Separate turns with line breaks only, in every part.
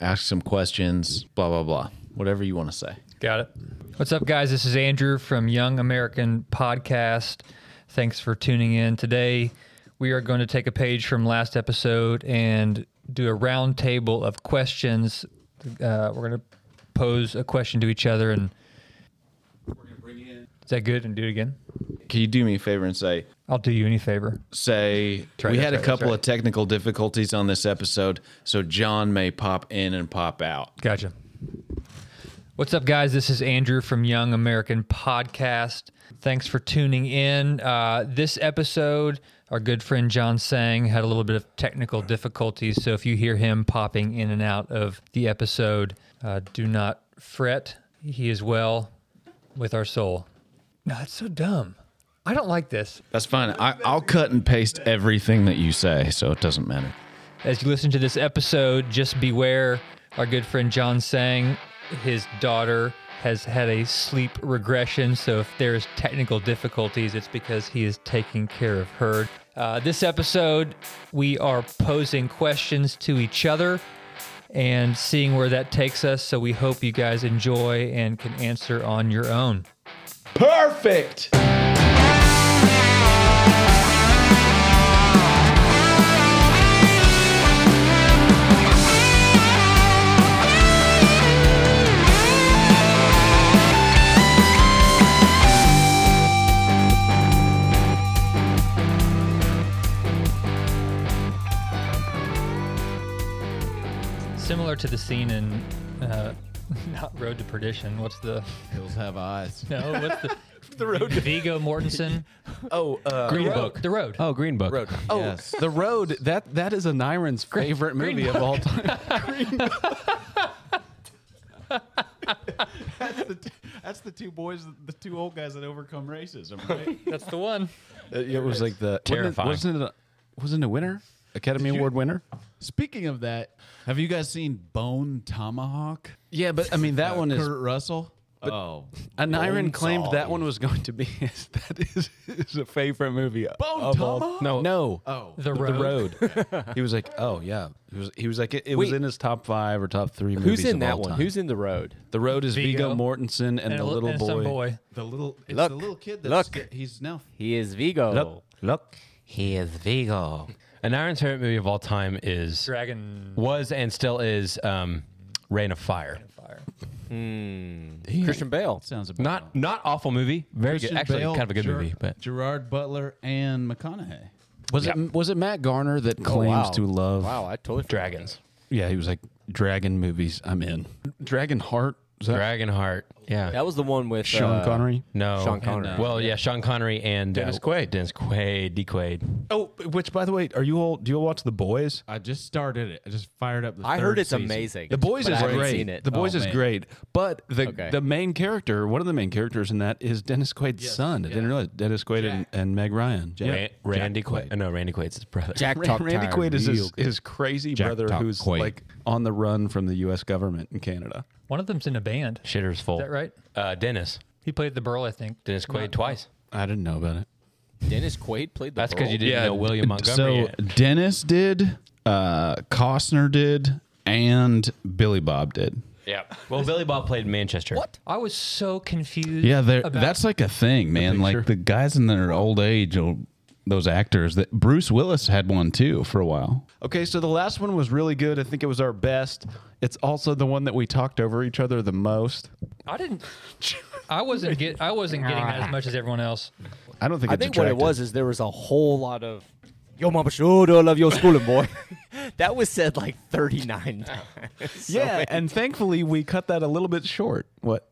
ask some questions, blah, blah, blah. Whatever you want to say.
Got it.
What's up, guys? This is Andrew from Young American Podcast. Thanks for tuning in. Today, we are going to take a page from last episode and do a round table of questions. Uh, we're going to pose a question to each other, and is that good? And do it again.
Can you do me a favor and say,
I'll do you any favor.
say,
Try
we
that,
had
try
a
that,
couple
try
of technical difficulties on this episode, so John may pop in and pop out.
Gotcha. What's up, guys? This is Andrew from Young American Podcast. Thanks for tuning in. Uh, this episode, our good friend John Sang had a little bit of technical difficulties. So if you hear him popping in and out of the episode, uh, do not fret. He is well with our soul. No, that's so dumb. I don't like this.
That's fine. I, I'll cut and paste everything that you say, so it doesn't matter.
As you listen to this episode, just beware our good friend John Sang, his daughter has had a sleep regression. So if there's technical difficulties, it's because he is taking care of her. Uh, this episode, we are posing questions to each other and seeing where that takes us. So we hope you guys enjoy and can answer on your own.
Perfect.
Similar to the scene in uh, not Road to Perdition. What's the
Hills have eyes.
no? What's the the road? Vigo Mortensen.
Oh, uh,
Green
Road.
Book. The Road.
Oh, Green Book.
Road.
Oh,
Yes.
the road. That that is Aniron's favorite movie of all time.
That's the, that's the two boys, the two old guys that overcome racism, right?
That's the one.
It, was like the
Terrifying.
Wasn't it, wasn't it a, wasn't it a winner? Academy
Did you-
Award winner.
Speaking of that, have you guys seen Bone Tomahawk? Uh,
Yeah, but I mean that one is.
Kurt Russell. oh,
Aniron claimed that one was going to be his. That is his favorite movie. of all-
Tomahawk?
No, no.
Oh,
The
The
Road.
road. he was like, oh yeah. He was. He was like, it, it was
Wait.
in his top five or top three movies.
Who's in
of
that
all
one?
time.
Who's in the road?
the road is Vigo,
Viggo.
Mortensen and,
And,
the little boy.
Some boy.
the little it's
Look,
the little kid that's
look.
he's now
He is Vigo.
Look, look.
He is Vigo.
An Iron favorite movie of all time is
Dragon
was and still is um, Rain of Fire.
fire.
Christian Bale.
sounds about right.
Not not awful movie. Very
Christian
good. Actually,
Bale,
kind of a good
Ger-
movie. But
Gerard Butler and McConaughey.
Was it was it Matt Garner that claims
wow.
to love?
Wow, Oh, I totally forgot.
Dragons,
Yeah, he was like dragon movies. I'm in. Dragon Heart. Is that
Dragonheart. Yeah.
That was the one with
Sean
uh,
Connery?
no.
Sean Connery.
And, uh, well, yeah, Sean Connery and Dennis Quaid. Dennis Quaid. D Quaid.
Oh, which by the way, are you all? Do you all watch The Boys?
I just started it. I just fired up the.
I
third
heard it's
season.
amazing.
The Boys
but
is
I haven't
great.
Seen it.
The Boys
Oh,
is
man.
great, but the
Okay.
the main character, one of the main characters in that is Dennis Quaid's son. I didn't realize Dennis Quaid and, and Meg Ryan. Yeah.
Ran- Randy Quaid. Uh, no, Randy Quaid's his brother.
Jack
Ra-
Talk
Randy
Tire,
Quaid is
real
his,
good.
his crazy
Jack
brother
Talk
who's
Quaid.
like on the run from the U.S. government in Canada.
One of them's in a band. Is
Shitter's full.
that right?
Uh, Dennis.
He played the Burl, I think.
Dennis Quaid twice.
I didn't know about it.
Dennis Quaid played the
That's because
role.
you didn't know William Montgomery.
So
yet.
Dennis did, uh, Costner did, and Billy Bob did.
Yeah. Well, Billy Bob played Manchester. What?
I was so confused.
Yeah, they're-
about-
that's like a thing, man. like the guys in their old age, or those actors. That Bruce Willis had one too for a while.
Okay, so the last one was really good. I think it was our best. It's also the one that we talked over each other the most.
I didn't. I wasn't get. I wasn't getting that as much as everyone else.
I don't think
I
it's
think
attractive.
what it was is there was a whole lot of Yo mama sure do love your schooling boy. that was said like 39
Uh,
times. So
Yeah,
many-
and thankfully we cut that a little bit short. What?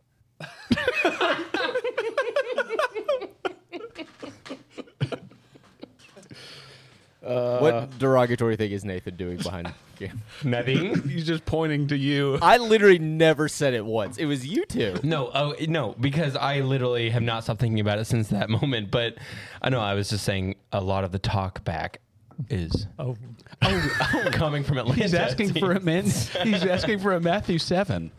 what derogatory thing is Nathan doing behind the camera?
Nothing.
He's just pointing to you.
I literally never said it once. It was you two.
No, oh no, because I literally have not stopped thinking about it since that moment. But I know I was just saying a lot of the talk back is
Oh,
coming from Atlanta.
He's asking for a man. He's asking for a Matthew seven.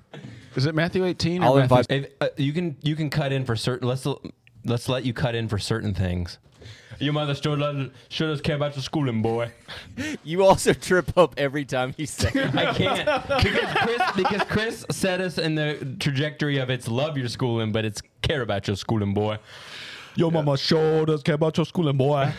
Is it Matthew eighteen? or
I'll
Matthew-
invite-
If, uh, you can you can cut in for certain. Let's l- let's let you cut in for certain things. Your mother still does, sure does care about your schooling, boy.
You also trip up every time you say it.
I can't because Chris because Chris set us in the trajectory of it's love your schooling, but it's care about your schooling, boy.
Yo, mama sure does care about your schooling, boy.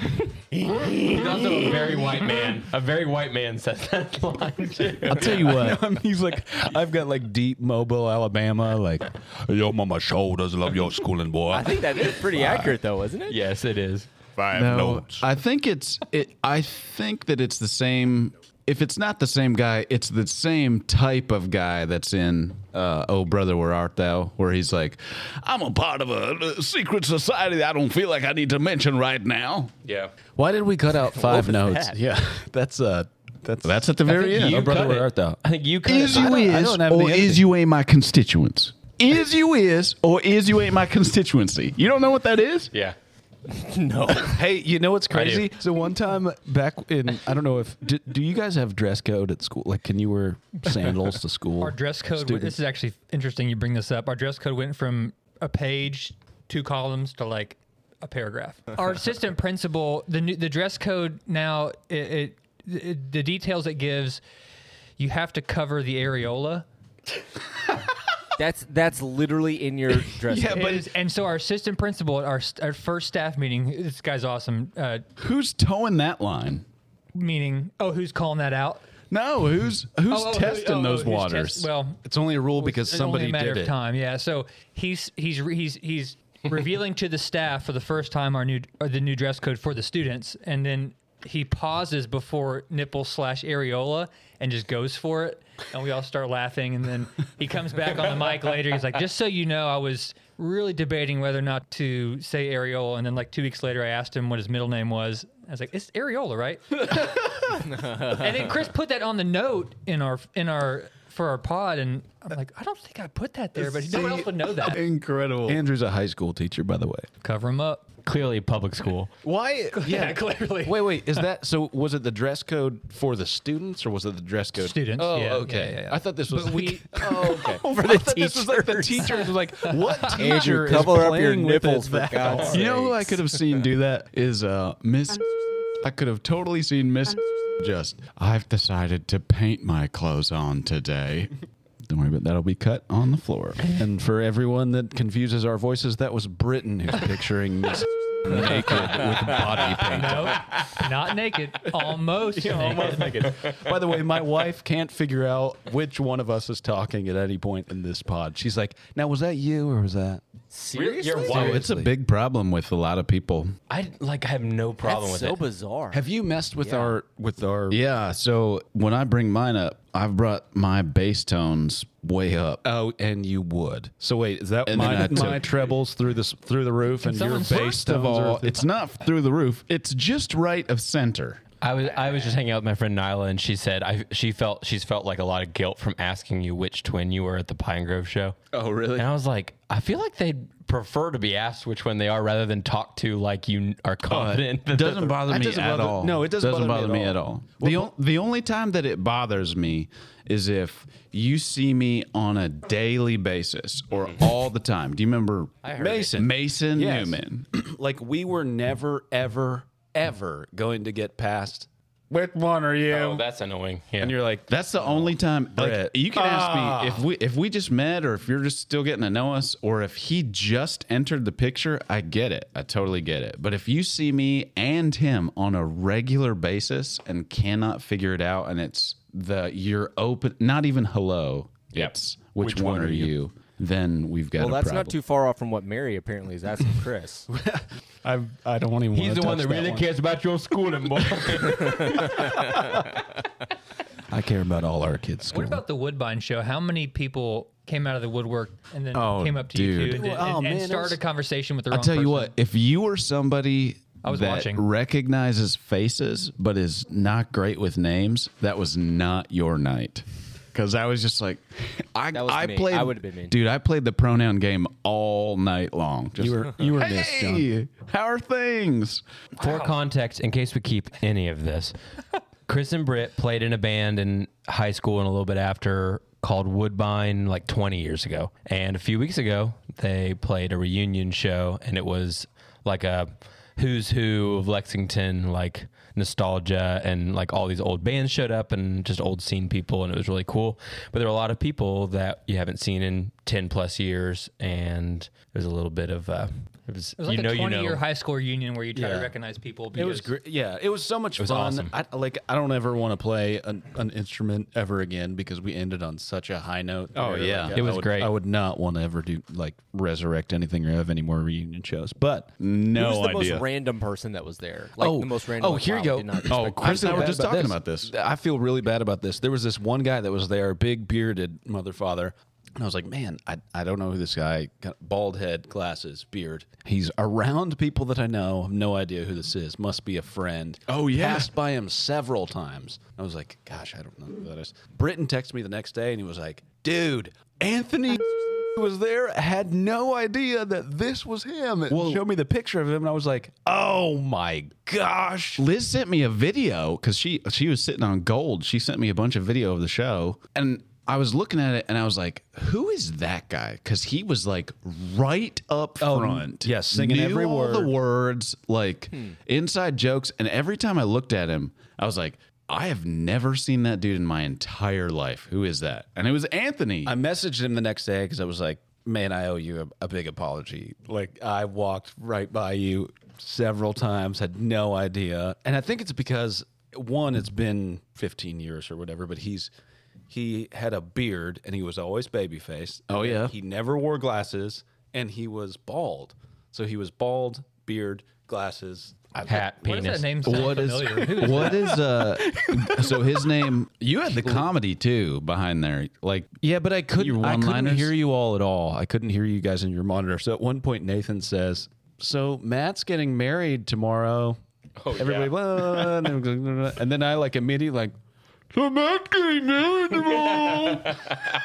He's also a very white man. A very white man says that line too.
I'll tell you what.
He's like, I've got like deep Mobile, Alabama. Like, yo, mama sure does love your schooling, boy.
I think that is pretty accurate, though, isn't it?
Yes, it is.
Five
No,
notes.
I think it's it. I think that it's the same. If it's not the same guy, it's the same type of guy that's in uh, "Oh Brother, Where Art Thou," where he's like, "I'm a part of a, uh secret society that I don't feel like I need to mention right now."
Yeah.
Why did we cut out five notes?
that?
Yeah,
That's uh, that's
that's at the very end.
you
Oh,
cut
brother,
it.
where art thou?
I think you could.
Is you
I
is
don't have
or
any
is you ain't my constituents? Is you is or is you ain't my constituency? You don't know what that is?
Yeah.
Hey, you know what's
do.
crazy? So one time back in, I don't know if do, do you guys have dress code at school? Like, can you wear sandals to school?
Our dress code.
Students?
This is actually interesting. You bring this up. Our dress code went from a page, two columns to like a paragraph. Our assistant principal. The new, the dress code now. It, it, it the details it gives. You have to cover the areola.
That's that's literally in your dress.
Yeah,
code.
But-
It is- and so our assistant principal at our, st- our first staff meeting. This guy's awesome. Uh,
Who's towing that line?
meaning, oh, who's calling that out?
No, who's who's
Oh, oh, who-
testing
oh,
those
who's test-
waters?
well,
It's only a rule because
It's only a matter of time. Yeah. So he's he's re- he's he's revealing to the staff for the first time our new or the new dress code for the students, and then he pauses before nipple slash areola and just goes for it, and we all start laughing, and then he comes back on the mic later. He's like, "Just so you know, I was." Really debating whether or not to say areola, and then like two weeks later, I asked him what his middle name was. I was like, "It's areola, right?" and then Chris put that on the note in our in our for our pod, and I'm like, I don't think I put that there, but no one else would know that.
Incredible.
Andrew's a high school teacher, by the way.
Cover him up.
Clearly public school.
Why? Yeah,
clearly.
Wait, wait. Is that so? Was it the dress code for the students, or was it the dress code?
Students,
Oh,
yeah,
okay.
yeah, yeah, yeah.
I thought this was.
But
like-
we-
Oh, okay.
For
I
the
thought This was like the
teachers.
teachers. Was like, what
Andrew,
teacher is
cover up your
playing with it
nipples for
that
God's
hard?
sake.
You know who I
Sakes.
could have seen do that is uh Miss. I could have totally seen Miss. Just I've decided to paint my clothes on today. Don't worry, but that'll be cut on the floor.
And for everyone that confuses our voices, that was Britain who's picturing Miss naked with body paint.
No, not naked. Almost. naked.
By the way, my wife can't figure out which one of us is talking at any point in this pod. She's like, "Now was that you or was that?"
Seriously?
Your
Oh,
wife.
it's a big problem with a lot of people.
I like. I have no problem
That's
with
so
it.
bizarre.
Have you messed with our with our?
Yeah, so when I bring mine up, I've brought my bass tones way up.
Oh, and you would. So wait, is that
And then I
my,
took-
my trebles through this through the roof and,
someone
your bass
First of
tones are
all,
through-
it's not through the roof. It's just right of center.
I was I was just hanging out with my friend Nyla, and she said I she felt she's felt like a lot of guilt from asking you which twin you were at the Pine Grove show.
Oh, really?
And I was like, I feel like they'd prefer to be asked which one they are rather than talk to like you are confident. that
It doesn't bother
That
me
doesn't
at
bother-
all.
no, it doesn't bother me at all.
The, on- the only time that it bothers me is if you see me on a daily basis or all the time. Do you remember Mason? Mason
Yes.
Newman.
like we were never ever ever going to get past.
Which one are you?
Oh, that's annoying. Yeah.
And you're like,
That's the only time. Like,
Brett.
you can ask me if we if we just met or if you're just still getting to know us or if he just entered the picture. I get it. I totally get it. But if you see me and him on a regular basis and cannot figure it out, and it's the you're open, not even hello.
Yep.
It's which, one, are you? Then we've got.
well,
a
that's
problem.
not too far off from what Mary apparently is asking Chris.
I I don't want even.
He's the one that really cares about your schooling, boy.
I care about all our kids.
What about the Woodbine show? How many people came out of the woodwork and then
Oh,
came up to you
dude.
two and, and,
Oh,
and
man, it
started
was-
a conversation with the wrong
I'll tell you
person?
what, if you are somebody
was
that
watching.
recognizes faces but is not great with names, that was not your night. Because I was just like, I,
That was
I
me.
played,
I would've been me.
dude. I played the pronoun game all night long. Just
You were- you were
hey,
missed, John."
How are things?
For context, in case we keep any of this, Chris and Britt played in a band in high school and a little bit after called Woodbine like 20 years ago. And a few weeks ago, they played a reunion show and it was like a who's who of Lexington, like nostalgia and like all these old bands showed up and just old scene people, and it was really cool. But there were a lot of people that you haven't seen in ten plus years, and there's a little bit of uh, it was,
It was like
you know
a
you know
year high school reunion where you try
Yeah.
to recognize people.
It
Because
was great. Yeah, it was so much
was
fun.
awesome.
I, like I don't ever want to play an, an instrument ever again because we ended on such a high note.
Oh,
Like,
yeah.
I-
It
I
was
would-
great.
I would not want to ever do like resurrect anything or have any more reunion shows. But
No
Who's the
idea.
most random person that was there? Like the most random.
Oh,
like,
here
wow,
you go.
did not
Oh,
expect-
Chris
I
and I
feel
were
bad
just talking about this.
I feel really bad about this. There was this one guy that was there, big bearded motherfather. And I was like, man, I, I don't know who this guy, got bald head, glasses, beard. He's around people that I know, have no idea who this is. Must be a friend.
Oh, yeah.
Passed by him several times. I was like, gosh, I don't know who that is. Britton texted me the next day and he was like, dude, Anthony was there, had no idea that this was him. And showed me the picture of him and I was like, oh my gosh.
Liz sent me a video because she she was sitting on gold. She sent me a bunch of video of the show, and I was looking at it, and I was like, "Who is that guy?" Because he was like right up
Oh,
front,
yes, singing
knew
every
all the
word. Hmm.
words, like inside jokes. And every time I looked at him, I was like, "I have never seen that dude in my entire life. Who is that?" And it was Anthony.
I messaged him the next day because I was like, man, I owe you a, a big apology. Like, I walked right by you several times, had no idea. And I think it's because, one, it's been 15 years or whatever, but he's. He had a beard and he was always baby faced. Oh,
yeah.
He never wore glasses and he was bald. So he was bald, beard, glasses. I-
hat
What does
penis.
that name sound
what is
familiar? Who is
what is uh so his name you had the comedy too behind there like
Yeah, but I
Your
couldn't. I couldn't
one-liners?
hear you all at all. I couldn't hear you guys in your monitor. So at one point, Nathan says, "So Matt's getting married tomorrow." Oh, Everybody, blah, blah, blah, blah, blah, blah. and then I like immediately like, "So Matt's getting married tomorrow."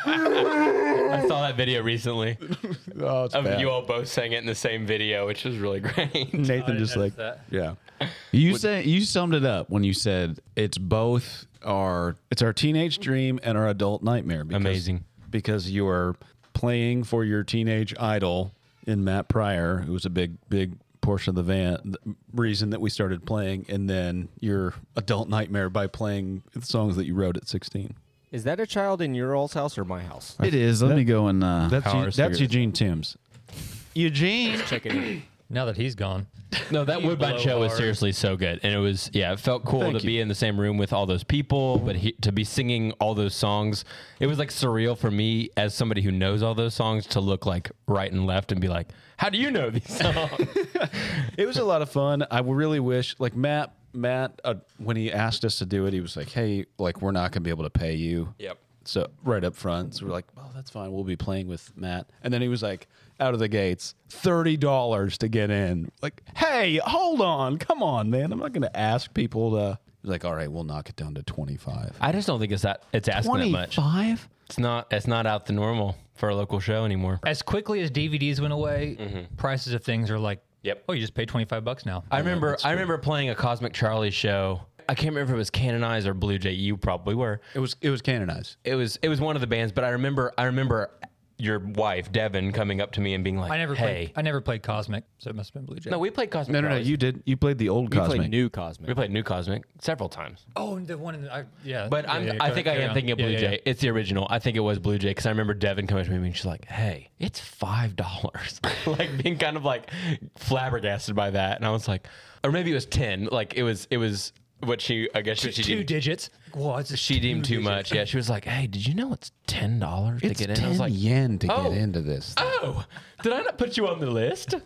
I saw that video recently
oh, it's
of
bad.
you all both saying it in the same video, which was really great.
Nathan
notice
just like,
that.
yeah.
You said you summed it up when you said it's both are
It's our teenage dream and our adult nightmare. Because,
Amazing.
Because you are playing for your teenage idol in Matt Pryor, who was a big, big portion of the van the reason that we started playing, and then your adult nightmare by playing the songs that you wrote at 16.
Is that a child in your all's house or my house?
it is. Let me go and uh,
That's,
Power
Eu- that's
cigarettes.
Eugene Timms.
Eugene.
Check it. in.
Now that he's gone,
No, that Woodbine
blow
show was
hard.
seriously so good, and it was yeah, it felt cool
Thank
to be in the same room with all those people, but he, to be singing all those songs, it was like surreal for me as somebody who knows all those songs to look like right and left and be like, how do you know these songs?
It was a lot of fun. I really wish, like Matt, Matt, uh, when he asked us to do it, he was like, "Hey, like we're not gonna be able to pay you."
Yep.
So right up front, so we're like, "Well, that's fine. We'll be playing with Matt." And then he was like, out of the gates, thirty dollars to get in. Like, hey, hold on, come on, man. I'm not gonna ask people to. He's like, "All right, we'll knock it down to twenty five.
I just don't think it's that it's asking that much.
five?
It's not it's not out the normal for a local show anymore.
as quickly as DVDs went away, prices of things are like,
Yep.
Oh, you just pay twenty five bucks now.
I remember I remember playing a Cosmic Charlie show. I can't remember if it was Canonized or Blue Jay. You probably were.
It was it was canonized.
It was it was one of the bands, but I remember I remember your wife Devin coming up to me and being like,
I never
hey."
played. I never played Cosmic, so it must have been Blue Jay.
No, we played Cosmic.
No, no, no.
Charlies.
You did. You played the old
You
Cosmic.
play new cosmic.
we played New Cosmic several times.
oh, and the one in the I, yeah.
But
yeah,
I'm,
yeah,
I
go-
think I
carry
am
on.
thinking of
Yeah,
Blue
yeah,
Jay.
yeah.
It's the original. I think it was Blue Jay because I remember Devin coming to me and she's like, "Hey, it's five dollars," like being kind of like flabbergasted by that, and I was like, or maybe it was ten. Like it was it was what she I guess what she
Two
deemed,
digits. Whoa, it's just
she deemed
two
too
digits.
much. Yeah, she was like, "Hey, did you know it's ten dollars to
It's
get in?"
ten
I was like,
yen to
"Oh."
get into this.
"Oh, did I not put you on the list?"
That
I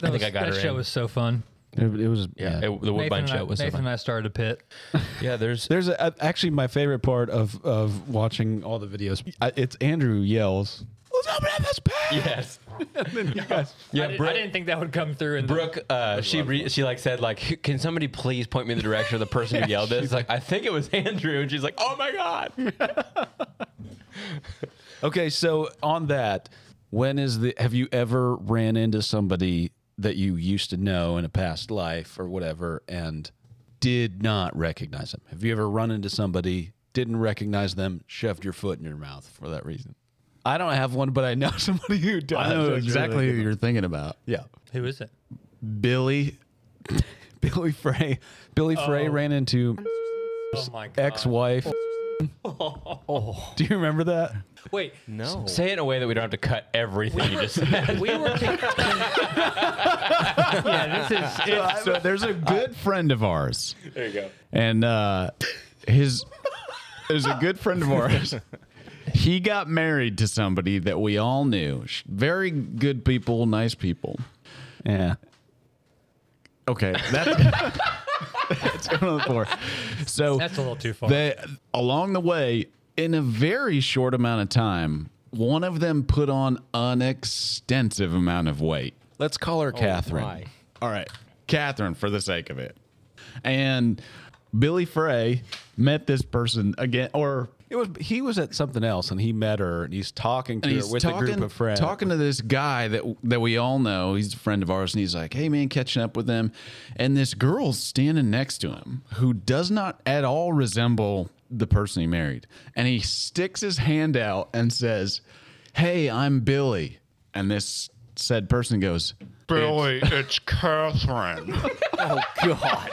think
was-
I got
that
her
show
in.
was so fun.
It, it was
Yeah, it- the Woodbine
Nathan and I-
show was so
Nathan
fun.
and I started a pit.
Yeah, there's
There's a, a- actually my favorite part of of watching all the videos. I, it's Andrew yells. Let's open up this pack.
yes.
You guys-
Yeah,
I, did,
Brooke-
I didn't think that would come through. In the-
Brooke, uh, she re- she like said like, can somebody please point me in the direction of the person who yelled this? It's like, I think it was Andrew, and she's like, oh my god.
Okay, so on that, when is the? Have you ever ran into somebody that you used to know in a past life or whatever, and did not recognize them? Have you ever run into somebody didn't recognize them, shoved your foot in your mouth for that reason? I don't have one, but I know somebody who does.
I know
That's
exactly
really-
who you're thinking about.
Yeah.
Who is it?
Billy
Billy Frey. Billy Frey ran into
Oh my god. Oh.
ex-wife. Do you remember that?
Wait.
No.
Say it in a way that we don't have to cut everything you just said.
we were
Yeah, this is
Yeah, so there's a good friend of ours. There you go. And uh, his there's a good friend of ours. He got married to somebody that we all knew. Sh- Very good people, nice people.
Yeah.
Okay, that's that's going on the floor. So
that's a little too far.
they along the way, in a very short amount of time, one of them put on an extensive amount of weight.
Let's call
Oh
her Catherine.
my.
All right, Catherine, for the sake of it. And Billy Frey met this person again, or
It was he was at something else and he met her and he's talking to
and
her
he's
with
talking,
a group of friends.
talking to this guy that that we all know. He's a friend of ours, and he's like, "Hey, man, catching up with him." And this girl's standing next to him, who does not at all resemble the person he married. And he sticks his hand out and says, "Hey, I'm Billy." And this said person goes,
Billy, it's Catherine.
oh god.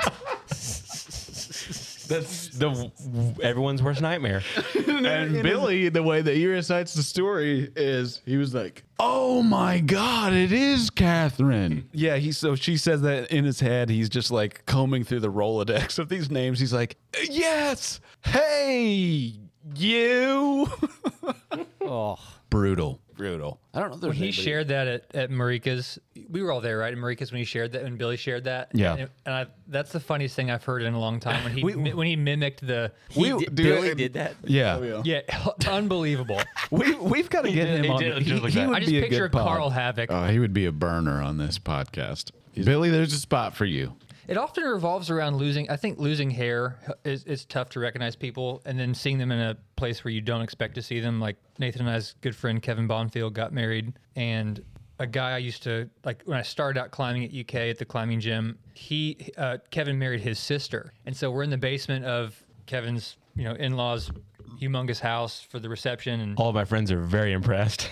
That's the everyone's worst nightmare.
And Billy, the way that he recites the story is he was like, Oh my God, it is Catherine.
Yeah, he so she says that in his head, he's just like combing through the Rolodex of these names. He's like, Yes, hey, you
Oh.
Brutal.
brutal. I don't know if there's
When he
anybody-
shared that at, at Marika's, we were all there, right? At Marika's when he shared that, when Billy shared that.
Yeah.
And, and I, that's the funniest thing I've heard in a long time. When he
We-
mi- when he mimicked the,
He
We-
di-
dude,
Billy
it-
did that.
Yeah.
Oh, yeah, unbelievable.
We we've got to get him
he
on.
did
the-
look just like that.
would
I just
be a
picture
good pod.
Carl Havoc.
Oh, he would be a burner on this podcast. Billy, there's a spot for you.
It often revolves around losing. I think losing hair is, is tough to recognize people, and then seeing them in a place where you don't expect to see them. Like Nathan and I's good friend Kevin Bonfield got married, and a guy I used to like when I started out climbing at UK at the climbing gym. He uh, Kevin married his sister, and so we're in the basement of Kevin's you know in laws. Humongous house for the reception, and
All of my friends are very impressed.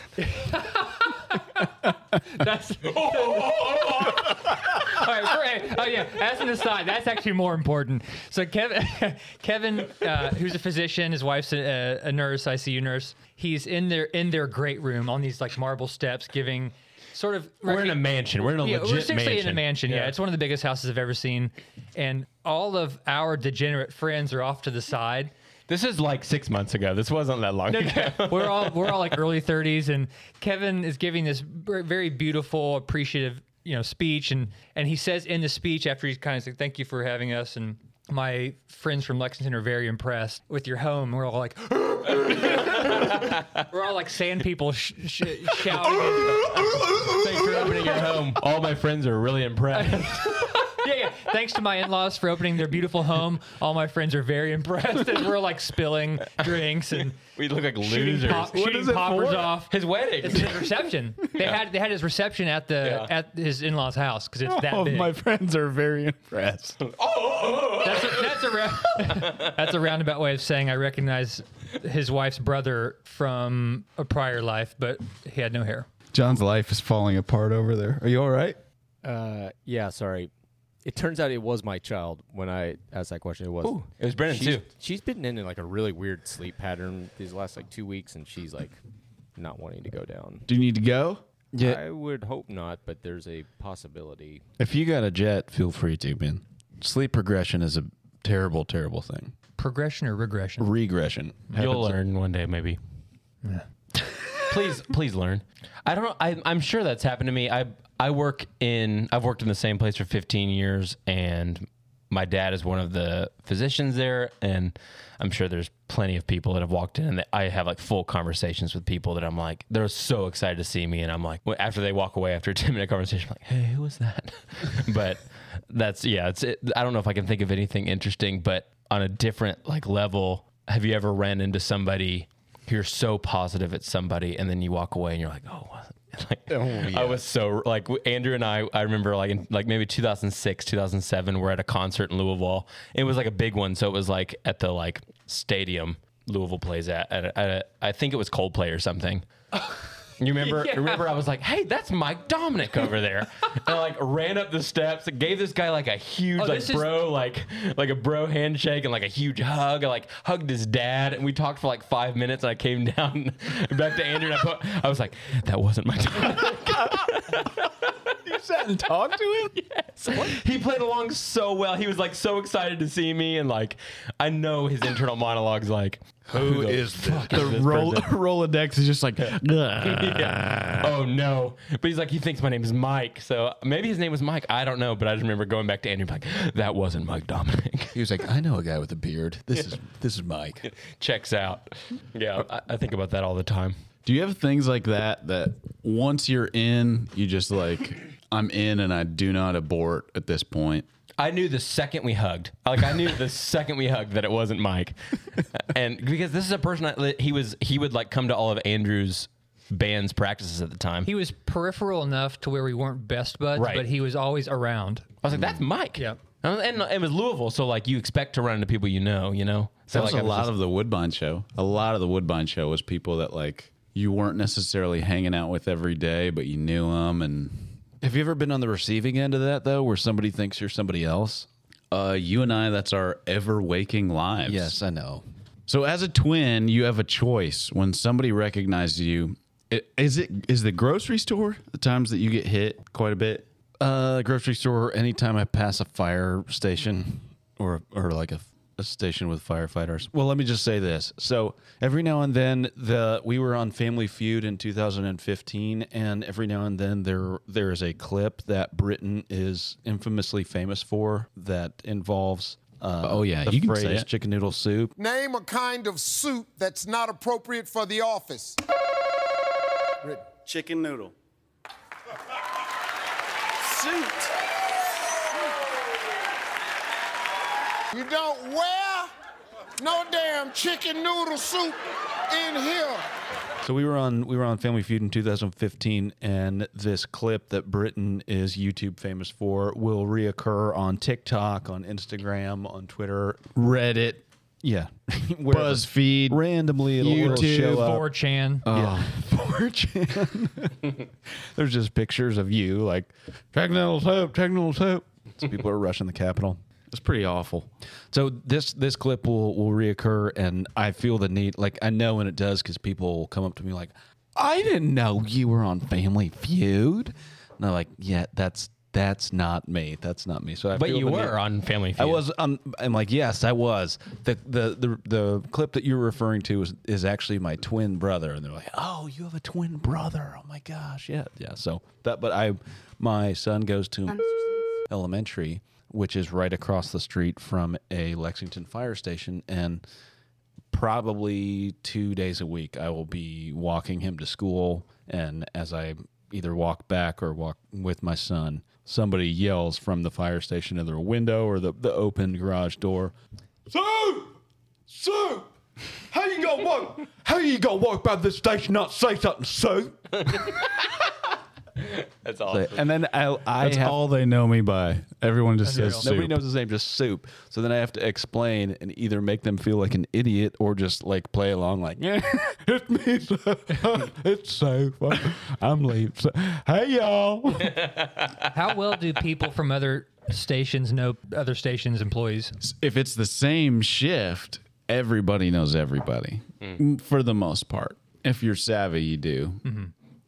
that's. All right, great. Oh yeah, as an aside, that's actually more important. So Kevin, Kevin, uh, who's a physician, his wife's a, a nurse, ICU nurse. He's in their in their great room on these like marble steps, giving sort of
We're in a mansion. We're in a
yeah,
legit
we're seriously in a mansion. Yeah.
Yeah.
it's one of the biggest houses I've ever seen, and all of our degenerate friends are off to the side.
This is like six months ago. This wasn't that long ago.
we're all we're all like early 30s and kevin is giving this ver- very beautiful appreciative you know speech and and he says in the speech after he's kind of like thank you for having us and my friends from lexington are very impressed with your home we're all like we're all like sand people sh- sh- shouting
Thanks for opening your home. All my friends are really impressed.
yeah, yeah. Thanks to my in-laws for opening their beautiful home. All my friends are very impressed, and we're like spilling drinks and
we look like
shooting,
losers.
pop- shooting poppers off.
His wedding.
It's his reception. They had they had his reception at the
Yeah.
at his in law's house because it's that
Oh,
All of
big.
my friends are very impressed.
That's a, that's a ra- that's a roundabout way of saying I recognize his wife's brother from a prior life, but he had no hair.
John's life is falling apart over there. Are you all right?
Uh, yeah, sorry. It turns out it was my child when I asked that question. It was.
Ooh, it was Brennan
she's,
too.
She's been in like a really weird sleep pattern these last like two weeks, and she's like not wanting to go down.
Do you need to go?
Yeah.
I would hope not, but there's a possibility.
If you got a jet, feel free to, man. Sleep progression is a terrible, terrible thing.
Progression or regression?
Regression.
You'll learn one day, maybe. please, please learn. I don't know. I, I'm sure that's happened to me. I I work in. I've worked in the same place for 15 years, and my dad is one of the physicians there, and I'm sure there's plenty of people that have walked in, and that I have like full conversations with people that I'm like, they're so excited to see me, and I'm like, well, after they walk away after a 10 minute conversation, I'm like, hey, who was that? but that's yeah. It's. It, I don't know if I can think of anything interesting, but on a different like level, have you ever ran into somebody you're so positive at somebody and then you walk away and you're like oh like, I was so like Andrew and I. I remember like in like maybe 2006, 2007. We're at a concert in Louisville. It was like a big one, so it was like at the like stadium Louisville plays at. at, a, at a, I think it was Coldplay or something. You remember? Remember, I was like, "Hey, that's Mike Dominic over there," and I, like ran up the steps and gave this guy like a huge
Oh,
like
this is-
bro like like a bro handshake and like a huge hug. I like hugged his dad and we talked for like five minutes. And I came down back to Andrew and I put, I was like, "That wasn't Mike Dominic."
sat and talked to him.
he played along so well. He was like so excited to see me and like I know his internal monologue's like, "Who is this?
The roll, Rolodex is just like, "Ugh."
Yeah. Oh no! But he's like, he thinks my name is Mike, so maybe his name was Mike. I don't know, but I just remember going back to Andrew like, that wasn't Mike Dominic.
He was like, I know a guy with a beard. This is this is Mike.
Checks out. Yeah, I, I think about that all the time.
Do you have things like that that once you're in, you just like, I'm in and I do not abort at this point?
I knew the second we hugged. Like I knew the second we hugged that it wasn't Mike, and because this is a person that he was, he would like come to all of Andrew's band's practices at the time.
He was peripheral enough to where we weren't best buds,
Right.
but he was always around.
I was like, that's Mike.
Yep.
And, and it was Louisville, so like you expect to run into people you know, you know. So
That was
like
a
I was
lot
just-
of the Woodbine show. A lot of the Woodbine show was people that like you weren't necessarily hanging out with every day, but you knew them. And
Have you ever been on the receiving end of that though, where somebody thinks you're somebody else?
uh, you and I, that's our ever waking lives.
Yes, I know.
So as a twin, you have a choice when somebody recognizes you. i- Is it is the grocery store the times that you get hit quite a bit?
Uh, grocery store. Anytime I pass a fire station, or or like a, a station with firefighters. Well, let me just say this. So every now and then, the we were on Family Feud in 2015, and every now and then there there is a clip that Britain is infamously famous for that involves. Uh,
Oh, yeah,
the
you can say
phrase
it.
chicken noodle soup.
Name a kind of soup that's not appropriate for the office. Written.
Chicken noodle.
Suit. You don't wear no damn chicken noodle soup in here.
So we were on we were on Family Feud in 2015, and this clip that Britain is YouTube famous for will reoccur on TikTok, on Instagram, on Twitter.
Reddit,
Yeah, Wherever.
BuzzFeed,
randomly it'll, it'll
YouTube,
show up. Uh.
4chan.
yeah. 4chan. There's just pictures of you like technical soap, technical soap. So people are rushing the Capitol.
It's pretty awful.
So this this clip will will reoccur, and I feel the need. Like I know when it does, because people will come up to me like, "I didn't know you were on Family Feud," and I'm like, "Yeah, that's that's not me. That's not me." So, I
But
feel
you
the need-
were on Family Feud.
I was. Um, I'm like, yes, I was. The, the the the clip that you're referring to is is actually my twin brother, and they're like, oh, you have a twin brother. Oh my gosh, yeah, yeah. So that, but I, my son goes to elementary, which is right across the street from a Lexington fire station, and probably two days a week I will be walking him to school, and as I either walk back or walk with my son, somebody yells from the fire station in their window or the, the open garage door. Soup, soup. How you gonna walk? How you gonna walk by this station not say something, soup?
That's awesome.
And then I, I
That's
have-
all they know me by. Everyone just says
Unreal.
Nobody
soup.
knows his name, just soup. So then I have to explain and either make them feel like an idiot or just like play along, like "Yeah, it's me, Soup. it's soup. I'm leaving. So- Hey y'all.
How well do people from other stations know other stations' employees?
If it's the same shift, everybody knows everybody Mm, for the most part. If you're savvy, you do.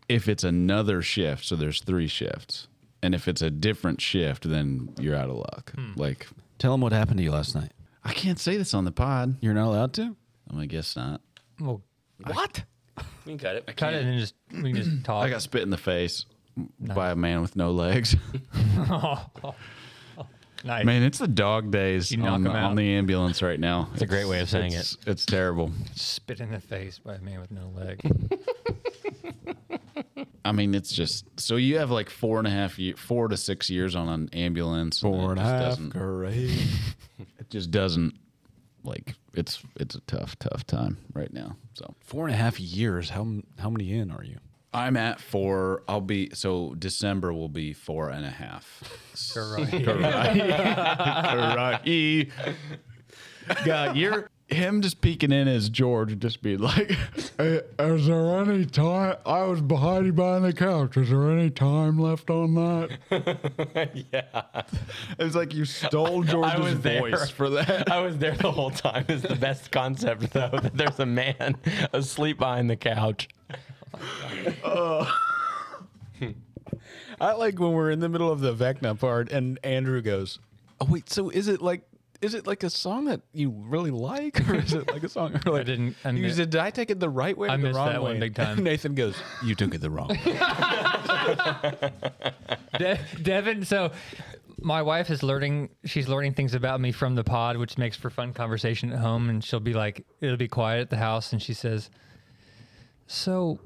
If it's another shift, so there's three shifts, and if it's a different shift, then you're out of luck. Like,
Tell them what happened to you last night.
I can't say this on the pod.
You're not allowed to.
I'm gonna guess not.
Well,
What?
we can cut it.
cut it and just we can just talk.
I got spit in the face by a man with no legs.
nice.
man, it's the dog days
You knock
on,
'em out.
on the ambulance right now. It's
a great way of saying it.
it's, It's terrible.
Spit in the face by a man with no leg.
I mean, it's just so you have like four and a half, year, four to six years on an ambulance.
Four and a
it just
half.
doesn't-
Great.
It just doesn't like it's it's a tough, tough time right now. So
Four and a half years. How m- how many in are you?
I'm at four. I'll be so December will be four and a half.
Right.
Karate. Karate. God, you're him just peeking in as George, and just being like,
Hey, Is there any time? I was behind you behind the couch. Is there any time left on that?
it's like you stole
I was
George's
there.
voice for that.
I was there the whole time. Is the best concept though. That there's a man asleep behind the couch.
I like when we're in the middle of the Vecna part and Andrew goes, "Oh wait, so is it like is it like a song that you really like, or is it like a song?" Or like,
didn't- I
you
mi-
said, did I take it the right way? Or
I
the
missed
wrong
that one
way?"
big time.
Nathan goes, "You took it the wrong." way.
De- Devin, so my wife is learning, she's learning things about me from the pod, which makes for fun conversation at home. And she'll be like, it'll be quiet at the house. And she says, So,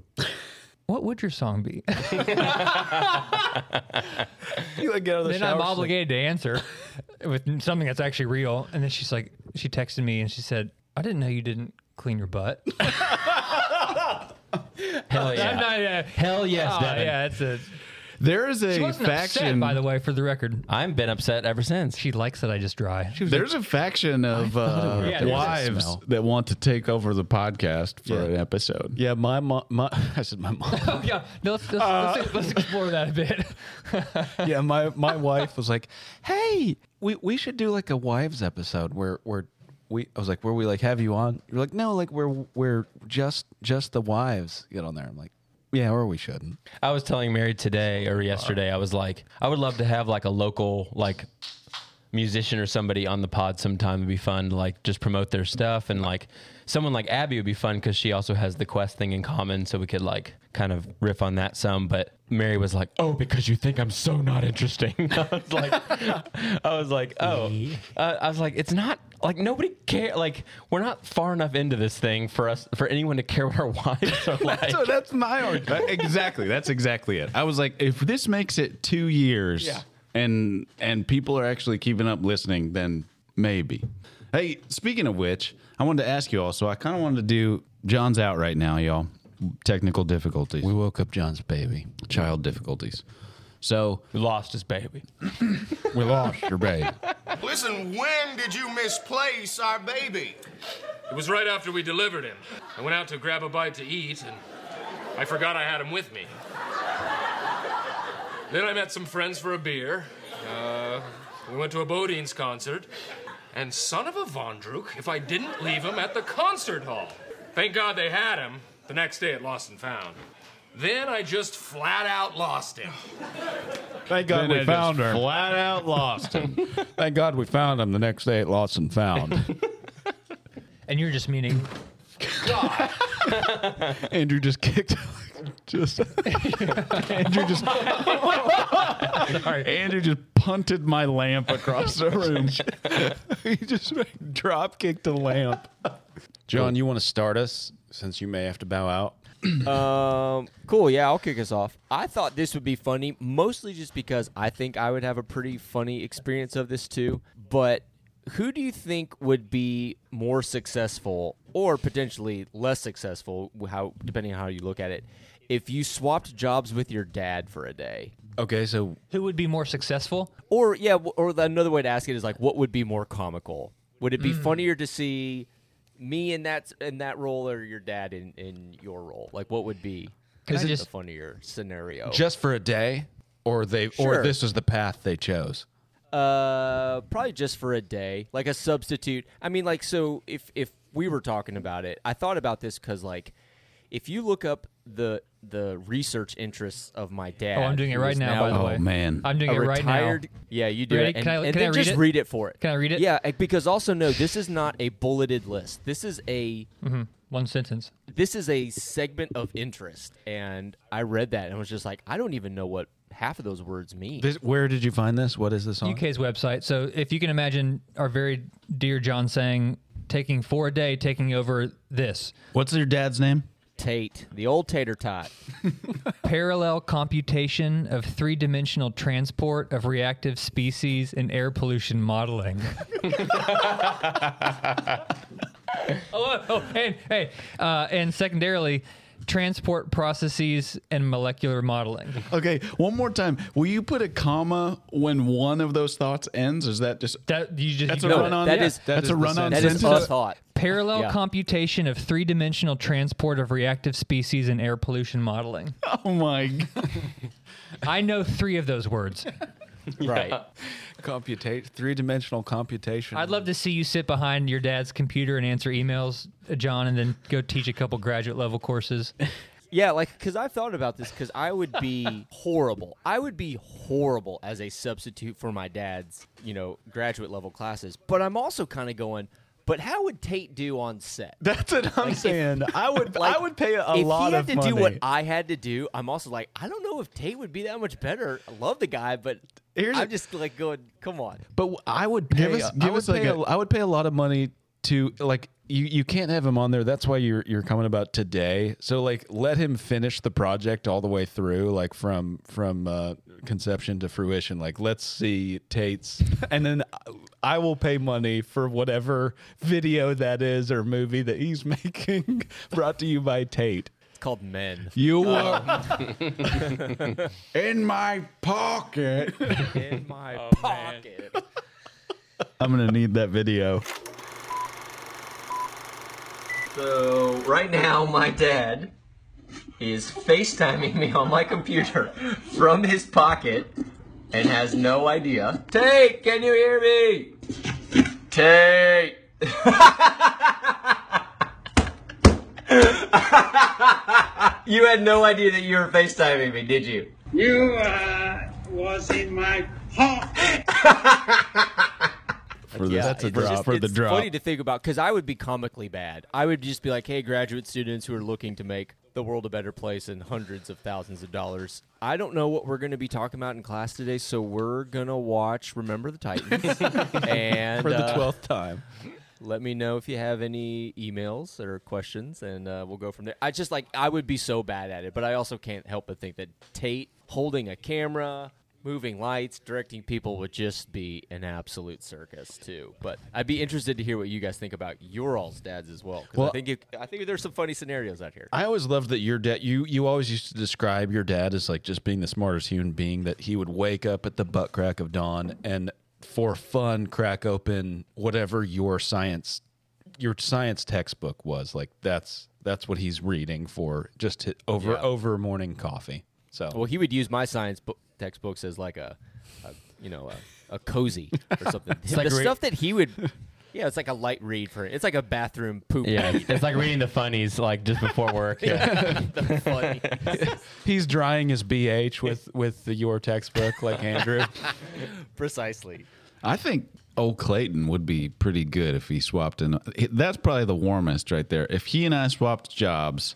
what would your song be?
you like get out of
then I'm
the shower. she's like,
obligated to answer with something that's actually real. And then she's like, She texted me and she said, I didn't know you didn't clean your butt.
Hell yeah.
I'm not, uh,
Hell yes,
oh,
Devin.
yeah, it's a.
There is
She
a
wasn't
faction,
upset, by the way, for the record. Uh,
I've been upset ever since.
She likes that I just dry.
There's a faction of uh,
Yeah, there's a
wives
smell.
that want to take over the podcast for an episode.
yeah, my mom. My, I said my mom.
Oh, yeah, no, let's, let's, let's, let's explore that a bit.
yeah, my my wife was like, "Hey, we we should do like a wives episode where where we." I was like, "Where we like have you on?" You're like, "No, like we're we're just just the wives get on there." I'm like, "Yeah, or we shouldn't."
I was telling Mary today or yesterday, I was like, I would love to have like a local like musician or somebody on the pod sometime. It'd be fun to like just promote their stuff and like someone like Abby would be fun because she also has the quest thing in common, so we could like kind of riff on that some. But Mary was like, "Oh, because you think I'm so not interesting." I was like, I was like, "Oh," uh, I was like, "It's not." Like nobody care. Like we're not far enough into this thing for us for anyone to care what our wives are like.
So that's my argument. exactly. That's exactly it. I was like, if this makes it two years and and people are actually keeping up listening, then maybe. Hey, speaking of which, I wanted to ask you all. So I kind of wanted to do John's out right now, y'all. Technical difficulties,
We woke up John's baby.
child difficulties. So
We lost his baby.
we lost your babe.
Listen, when did you misplace our baby?
It was right after we delivered him. I went out to grab a bite to eat, and I forgot I had him with me. then I met some friends for a beer. Uh, we went to a Bodine's concert, and son of a Vondruk, if I didn't leave him at the concert hall. Thank God they had him the next day at Lost and Found. Then I just flat out lost him.
Thank God we found her. Flat out lost him. Thank God we found him the next day at Lost and Found.
And you're just meaning
Andrew just kicked. Just Andrew just
Andrew just punted my lamp across the room.
he just drop kicked the lamp. John, you want to start us since you may have to bow out.
Um, cool. Yeah, I'll kick us off. I thought this would be funny, mostly just because I think I would have a pretty funny experience of this too. But who do you think would be more successful or potentially less successful, wh- how depending on how you look at it, if you swapped jobs with your dad for a day?
Okay, so
who would be more successful?
Or yeah, w- or the- another way to ask it is like, what would be more comical? Would it be
Mm.
funnier to see me in that in that role or your dad in in your role? Like, what would be?
Is
the
it just-
funnier scenario?
just for a day, or they, or
Sure.
this was the path they chose.
uh, probably just for a day, like a substitute. I mean, like, so if if we were talking about it, I thought about this because like, if you look up the the research interests of my dad,
Oh, I'm doing it
who
right
is
now, by the
Oh,
way.
man.
I'm doing
a
it right now.
retired. Yeah, you do
Ready?
it. And,
Can I-
and
can I
then
read
just
it?
read it for it.
Can I read it?
Yeah, eh, because also no, this is not a bulleted list. This is a
One sentence.
this is a segment of interest, and I read that and was just like, I don't even know what half of those words mean.
This, where did you find this? What is this on?
UK's website. So if you can imagine our very dear John saying, taking for a day, taking over this
What's your dad's name?
Tate, the old tater tot.
parallel computation of three dimensional transport of reactive species and air pollution modeling. oh, oh, and hey, uh, and secondarily, transport processes and molecular modeling.
Okay, one more time. Will you put a comma when one of those thoughts ends? Is that just
That you just
that's
you
a
know
run
it.
on?
That is-
that's a
the
run on
That is
sentence.
a thought.
Parallel
Yeah.
computation of three-dimensional transport of reactive species and air pollution modeling.
oh my! God.
I know three of those words.
Right. Computate three dimensional computation.
I'd love to see you sit behind your dad's computer and answer emails, uh, John, and then go teach a couple graduate level courses.
Yeah, like because I've thought about this because I would be horrible. I would be horrible as a substitute for my dad's, you know, graduate level classes. But I'm also kind of going. But how would Tate do on set?
That's what I'm saying. I would I would pay a
if
lot
he had
of
to
money.
do what I had to do, I'm also like, I don't know if Tate would be that much better. I love the guy, but
Here's
I'm
a-
just like going, come on.
But w- I would pay.
Give us-
I
give
would
us like
pay
a-
a- I would pay a lot of money to like you. You can't have him on there. That's why you're you're coming about today. So like, let him finish the project all the way through, like from from uh, conception to fruition. Like, let's see Tate's, and then I will pay money for whatever video that is or movie that he's making. brought to you by Tate.
It's called men.
you were in my pocket.
In my
Oh,
pocket.
I'm gonna need that video.
So right now, my dad is FaceTiming me on my computer from his pocket and has no idea. Tate, can you hear me? Tate. you had no idea that you were FaceTiming me, did you?
You uh, was in my pocket.
For
Yeah,
that's a
it's
drop
just-
for the
it's
drop.
funny to think about because I would be comically bad. I would just be like, "Hey, graduate students who are looking to make the world a better place and hundreds of thousands of dollars." I don't know what we're going to be talking about in class today, so we're gonna watch "Remember the Titans." and
for the
uh,
twelfth time.
let me know if you have any emails or questions, and uh, we'll go from there. I just like I would be so bad at it, but I also can't help but think that Tate holding a camera. Moving lights, directing people would just be an absolute circus too. But I'd be interested to hear what you guys think about your all's dads as well. 'cause I
Well-
think it, I think there's some funny scenarios out here.
I always loved that your dad. You you always used to describe your dad as like just being the smartest human being. That he would wake up at the butt crack of dawn and for fun crack open whatever your science your science textbook was. Like that's that's what he's reading for just hi- over
Yeah.
over morning coffee. So
Well, he would use my science book textbooks as like a, a you know, a, a cozy or something. the
like re-
stuff that he would, yeah, it's like a light read for it. It's like a bathroom poop.
Yeah,
read.
it's like reading the funnies like just before work. Yeah.
the funny.
he's drying his BH with with the, your textbook, like Andrew.
Precisely.
I think old Clayton would be pretty good if he swapped in. That's probably the warmest right there. If he and I swapped jobs,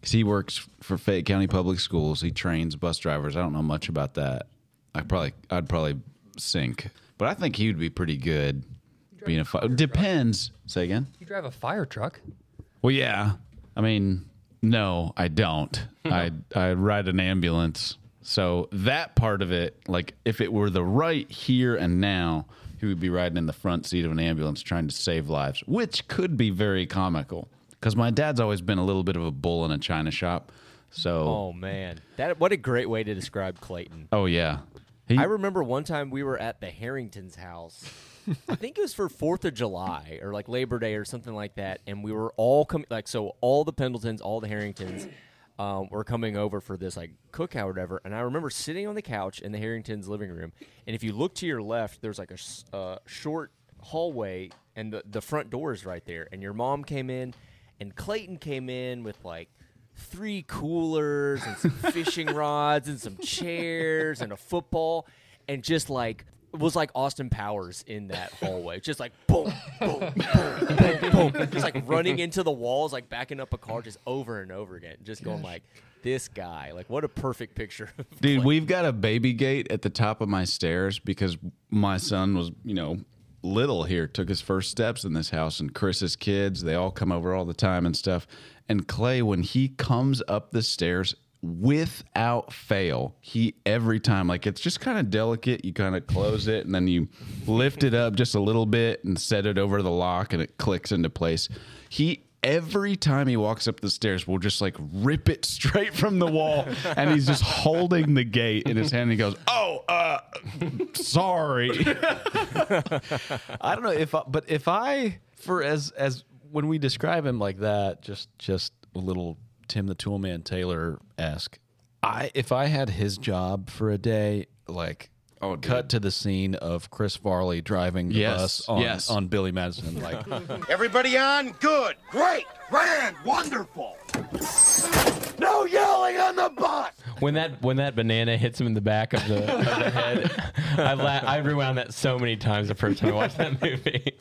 because he works for Fayette County Public Schools, he trains bus drivers. I don't know much about that. I probably, I'd probably sink, but I think he would be pretty good being a fire. Depends. Say again.
You drive a fire truck.
Well, yeah. I mean, no, I don't. I I ride an ambulance. So that part of it, like if it were the right here and now, he would be riding in the front seat of an ambulance trying to save lives, which could be very comical. Because my dad's always been a little bit of a bull in a china shop. So,
Oh man, that what a great way to describe Clayton.
oh, yeah. He,
I remember one time we were at the Harringtons' house. I think it was for Fourth of July or like Labor Day or something like that, and we were all coming like so all the Pendletons, all the Harringtons, um, were coming over for this like cookout or whatever. And I remember sitting on the couch in the Harringtons' living room, and if you look to your left, there's like a s- uh, short hallway, and the the front door is right there. And your mom came in, and Clayton came in with like three coolers and some fishing rods and some chairs and a football and just like it was like Austin Powers in that hallway. Just like boom, boom, boom, boom, boom. Just like running into the walls, like backing up a car just over and over again. Just going like this guy. Like what a perfect picture. of
Dude,
Clay.
we've got a baby gate at the top of my stairs because my son was, you know, little here, took his first steps in this house, and Chris's kids, they all come over all the time and stuff. And Clay, when he comes up the stairs, without fail, he every time, like it's just kind of delicate. You kind of close it and then you lift it up just a little bit and set it over the lock and it clicks into place. He every time he walks up the stairs, we'll just like rip it straight from the wall, and he's just holding the gate in his hand. And he goes, "Oh, uh, sorry."
I don't know if, I, but if I for as as when we describe him like that, just just a little Tim the Toolman Taylor esque. I if I had his job for a day, like
oh,
cut to the scene of Chris Farley driving the
Yes,
bus on
yes.
on Billy Madison, like
Everybody on? Good. Great. Grand. Wonderful. No yelling on the bus.
when that when that banana hits him in the back of the, of the head, I la- I rewound that so many times the first time I watched that movie.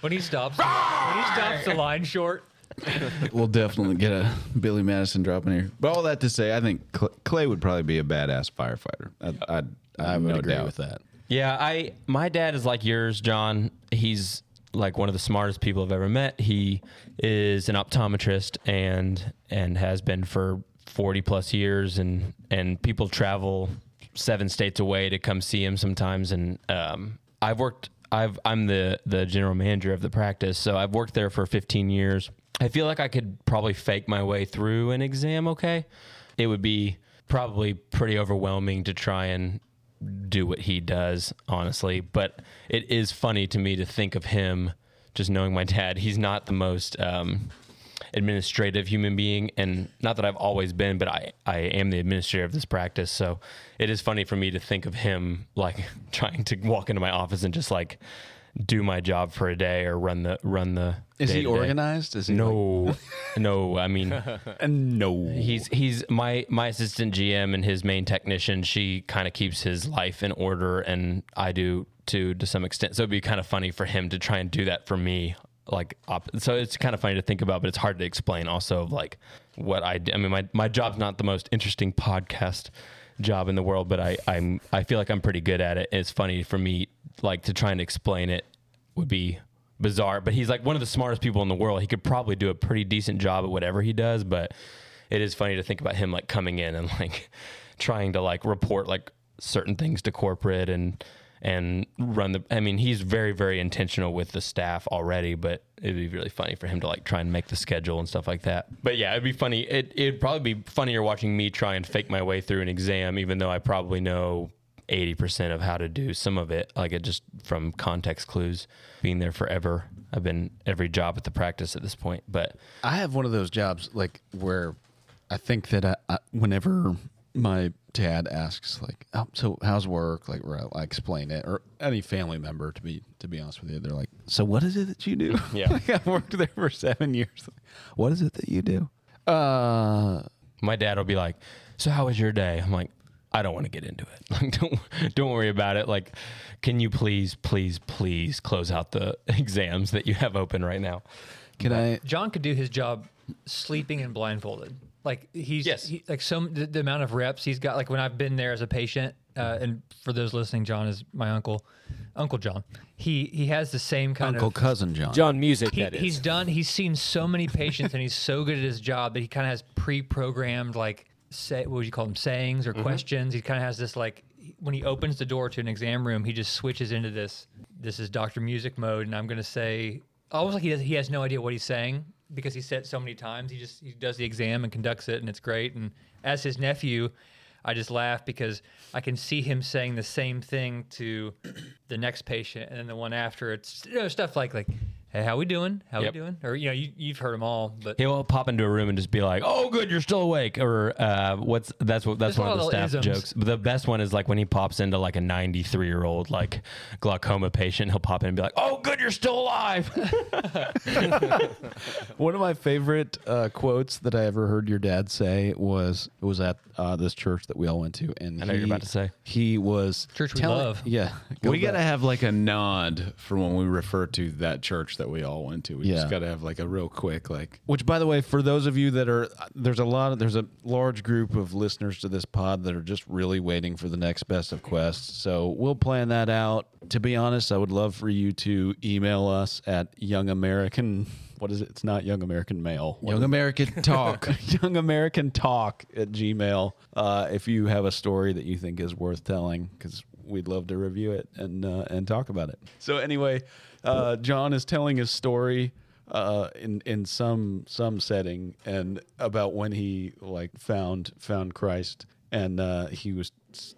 When he stops, when he stops the line short.
we'll definitely get a Billy Madison drop in here. But all that to say, I think Cl- Clay would probably be a badass firefighter. I, I, I, have
would
no
agree
doubt.
with that.
Yeah, I my dad is like yours, John. He's like one of the smartest people I've ever met. He is an optometrist and and has been for 40 plus years and and people travel 7 states away to come see him sometimes and um I've worked I've I'm the the general manager of the practice, so I've worked there for 15 years. I feel like I could probably fake my way through an exam okay. It would be probably pretty overwhelming to try and do what he does, honestly. But it is funny to me to think of him just knowing my dad. He's not the most um, administrative human being, and not that I've always been, but I, I am the administrator of this practice. So it is funny for me to think of him like trying to walk into my office and just like do my job for a day or run the run the.
Is he
day-to-day.
organized? Is he
no, no? I mean,
no.
He's he's my my assistant GM and his main technician. She kind of keeps his life in order, and I do too to some extent. So it'd be kind of funny for him to try and do that for me. Like, op- so it's kind of funny to think about, but it's hard to explain. Also, of like what I do. I mean, my my job's not the most interesting podcast job in the world, but I I'm I feel like I'm pretty good at it. It's funny for me like to try and explain it would be bizarre. But he's like one of the smartest people in the world. He could probably do a pretty decent job at whatever he does, but it is funny to think about him like coming in and like trying to like report like certain things to corporate and and run the I mean, he's very, very intentional with the staff already, but it'd be really funny for him to like try and make the schedule and stuff like that. But yeah, it'd be funny. It it'd probably be funnier watching me try and fake my way through an exam, even though I probably know 80% of how to do some of it like it just from context clues being there forever i've been every job at the practice at this point but
I have one of those jobs like where I think that I, I, whenever my dad asks like, oh, "So how's work?" like where I, I explain it, or any family member to be to be honest with you, they're like, "So what is it that you do?"
Yeah.
like, I've worked there for seven years. What is it that you do? Uh,
my dad will be like so how was your day i'm like i don't want to get into it like don't don't worry about it like can you please please please close out the exams that you have open right now
Can I?
John could do his job sleeping and blindfolded. Like he's
Yes.
he, like some the, the amount of reps he's got. Like when I've been there as a patient, uh, and for those listening, John is my uncle, Uncle John. He he has the same kind
Uncle
of
cousin John.
John Music,
He,
that is.
He's done. He's seen so many patients, and he's so good at his job that he kind of has pre-programmed like say what would you call them sayings
Mm-hmm.
or questions. He kind of has this like when he opens the door to an exam room, he just switches into this. This is Doctor Music mode, and I'm going to say almost like he has, he has no idea what he's saying because he said it so many times. He just he does the exam and conducts it, and it's great. And as his nephew. I just laugh because I can see him saying the same thing to the next patient and then the one after. It's you know, stuff like like, "Hey, how we doing? How
Yep.
we doing?" Or you know, you, you've heard them all, but
he'll pop into a room and just be like oh good you're still awake or uh, what's that's what that's
There's a
one of
lot
the
of
staff
little isms.
jokes but the best one is like when he pops into like a 93 year old like glaucoma patient he'll pop in and be like oh good you're still alive
One of my favorite uh, quotes that I ever heard your dad say was was at uh, this church that we all went to, and
I know what you're about to say.
he was
Church we
telling-
love.
Yeah,
we
back.
got to have like a nod for when we refer to that church that we all went to. We
Yeah.
just got to have like a real quick, like,
Which, by the way, for those of you that are there's a lot of there's a large group of listeners to this pod that are just really waiting for the next best of quests. So we'll plan that out. To be honest, I would love for you to email us at Young American. What is it? It's not Young American Mail. What
Young
is it?
American Talk.
Young American Talk at Gmail. Uh, if you have a story that you think is worth telling, because we'd love to review it and uh, and talk about it. So anyway, uh, John is telling his story uh, in in some some setting, and about when he like found found Christ, and uh, he was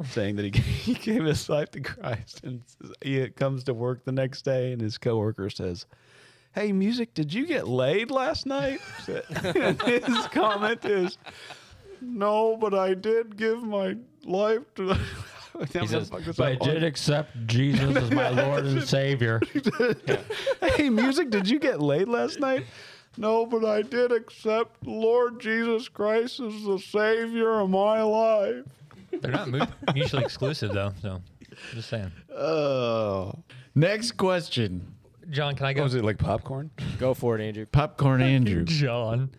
saying that he, he gave his life to Christ, and he comes to work the next day, and his coworker says. Hey, music! Did you get laid last night? And his comment is,
No, but I did give my life to. The
He says,
Motherfuckers "Oh,
but I
are-
did accept Jesus as my Lord and Savior.
"Hey, music! Did you get laid last night?"
No, but I did accept Lord Jesus Christ as the Savior of my life.
They're not mu- mutually exclusive though. So, just saying.
Oh. Next question.
John, can I go?
was it like popcorn?
Go for it, Andrew.
Popcorn Andrew.
John,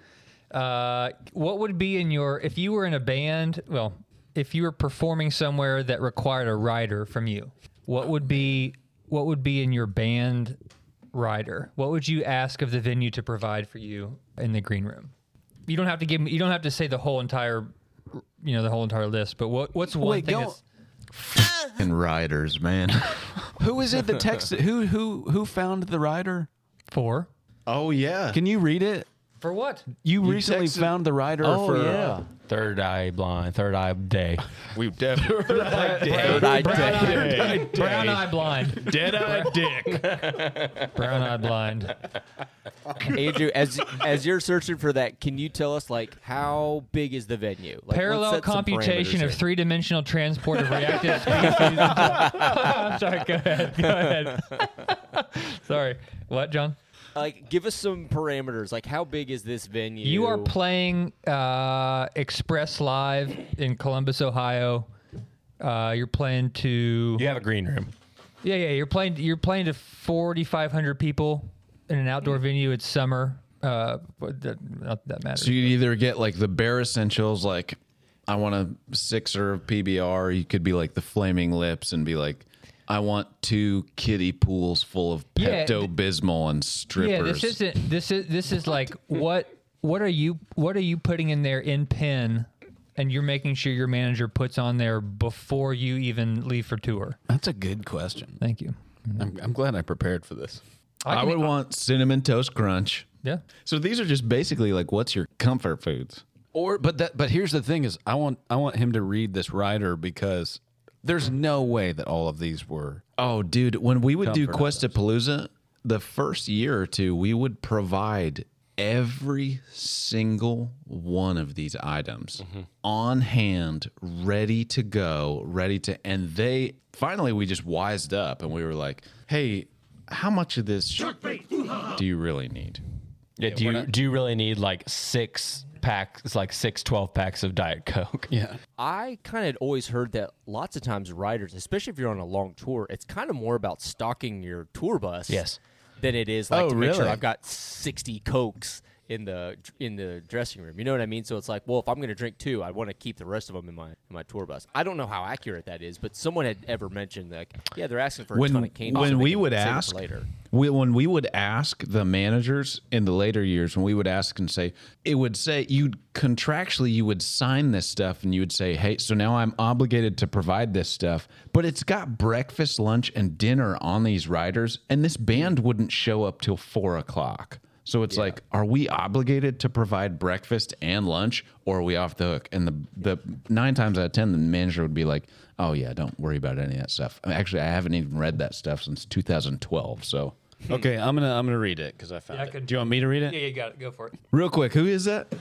uh, what would be in your if you were in a band? Well, if you were performing somewhere that required a rider from you, what would be what would be in your band rider? What would you ask of the venue to provide for you in the green room? You don't have to give. me. You don't have to say the whole entire, you know, the whole entire list. But what what's one
Wait,
thing?
don't-
That's,
And riders, man.
Who is it that texted? Who who who found the rider?
For
oh yeah.
Can you read it?
for what?
You,
You
recently
texted-
found the rider
Oh,
for
yeah.
Third eye blind, third eye day.
We definitely
Third eye day.
Brown eye blind.
dead eye dick.
Brown eye blind.
Andrew, as as you're searching for that, can you tell us like how big is the venue? Like, let's
Parallel
set some
computation
parameters
of
here.
three dimensional transport of reactive species. I'm sorry, go ahead. Go ahead. sorry. What, John?
Like, give us some parameters. Like, how big is this venue?
You are playing uh, Express Live in Columbus, Ohio. Uh, you're playing to
You have a green room.
yeah yeah you're playing you're playing to 4,500 people in an outdoor venue. It's summer, uh, but that, not that matters.
So you'd either get like the bare essentials, like I want a sixer of PBR. You could be like the flaming lips and be like, I want two kiddie pools full of
Yeah,
Pepto Bismol and strippers.
Yeah, this isn't. This is this is like what what are you what are you putting in there in pen, and you're making sure your manager puts on there before you even leave for tour.
That's a good question.
Thank you.
I'm, I'm glad I prepared for this.
I,
can-
would want cinnamon toast crunch.
Yeah.
So these are just basically like, what's your comfort foods?
Or but that but here's the thing is I want I want him to read this rider because there's no way that all of these were
Oh, dude, when we would do
Comfort
Questapalooza, the first year or two, we would provide every single one of these items on hand, ready to go, ready to. And they finally, we just wised up and we were like, hey, how much of this do you really need?
Yeah, do you do you really need like six packs, like six 12 packs of Diet Coke?
yeah
I kind of always heard that lots of times riders, especially if you're on a long tour, it's kind of more about stocking your tour bus.
Yes.
Than it is like
Oh,
to make sure
really?
I've got sixty cokes in the in the dressing room. You know what I mean? So it's like, well, if I'm going to drink two, I want to keep the rest of them in my in my tour bus. I don't know how accurate that is, but someone had ever mentioned like, yeah, they're asking for a ton
when
of candy. so
when
they
we
can
would
save it for
ask
later.
we, when we would ask the managers in the later years when we would ask and say it would say you contractually you would sign this stuff and you would say hey so now I'm obligated to provide this stuff but it's got breakfast lunch and dinner on these riders and this band wouldn't show up till four o'clock so it's like are we obligated to provide breakfast and lunch or are we off the hook and the the nine times out of ten the manager would be like Oh yeah, don't worry about any of that stuff. I mean, actually, I haven't even read that stuff since 2012. So,
okay I'm gonna I'm gonna read it because I found
I
it.
could-
Do you want me to read it?
you got it. Go for it.
real quick, who is that?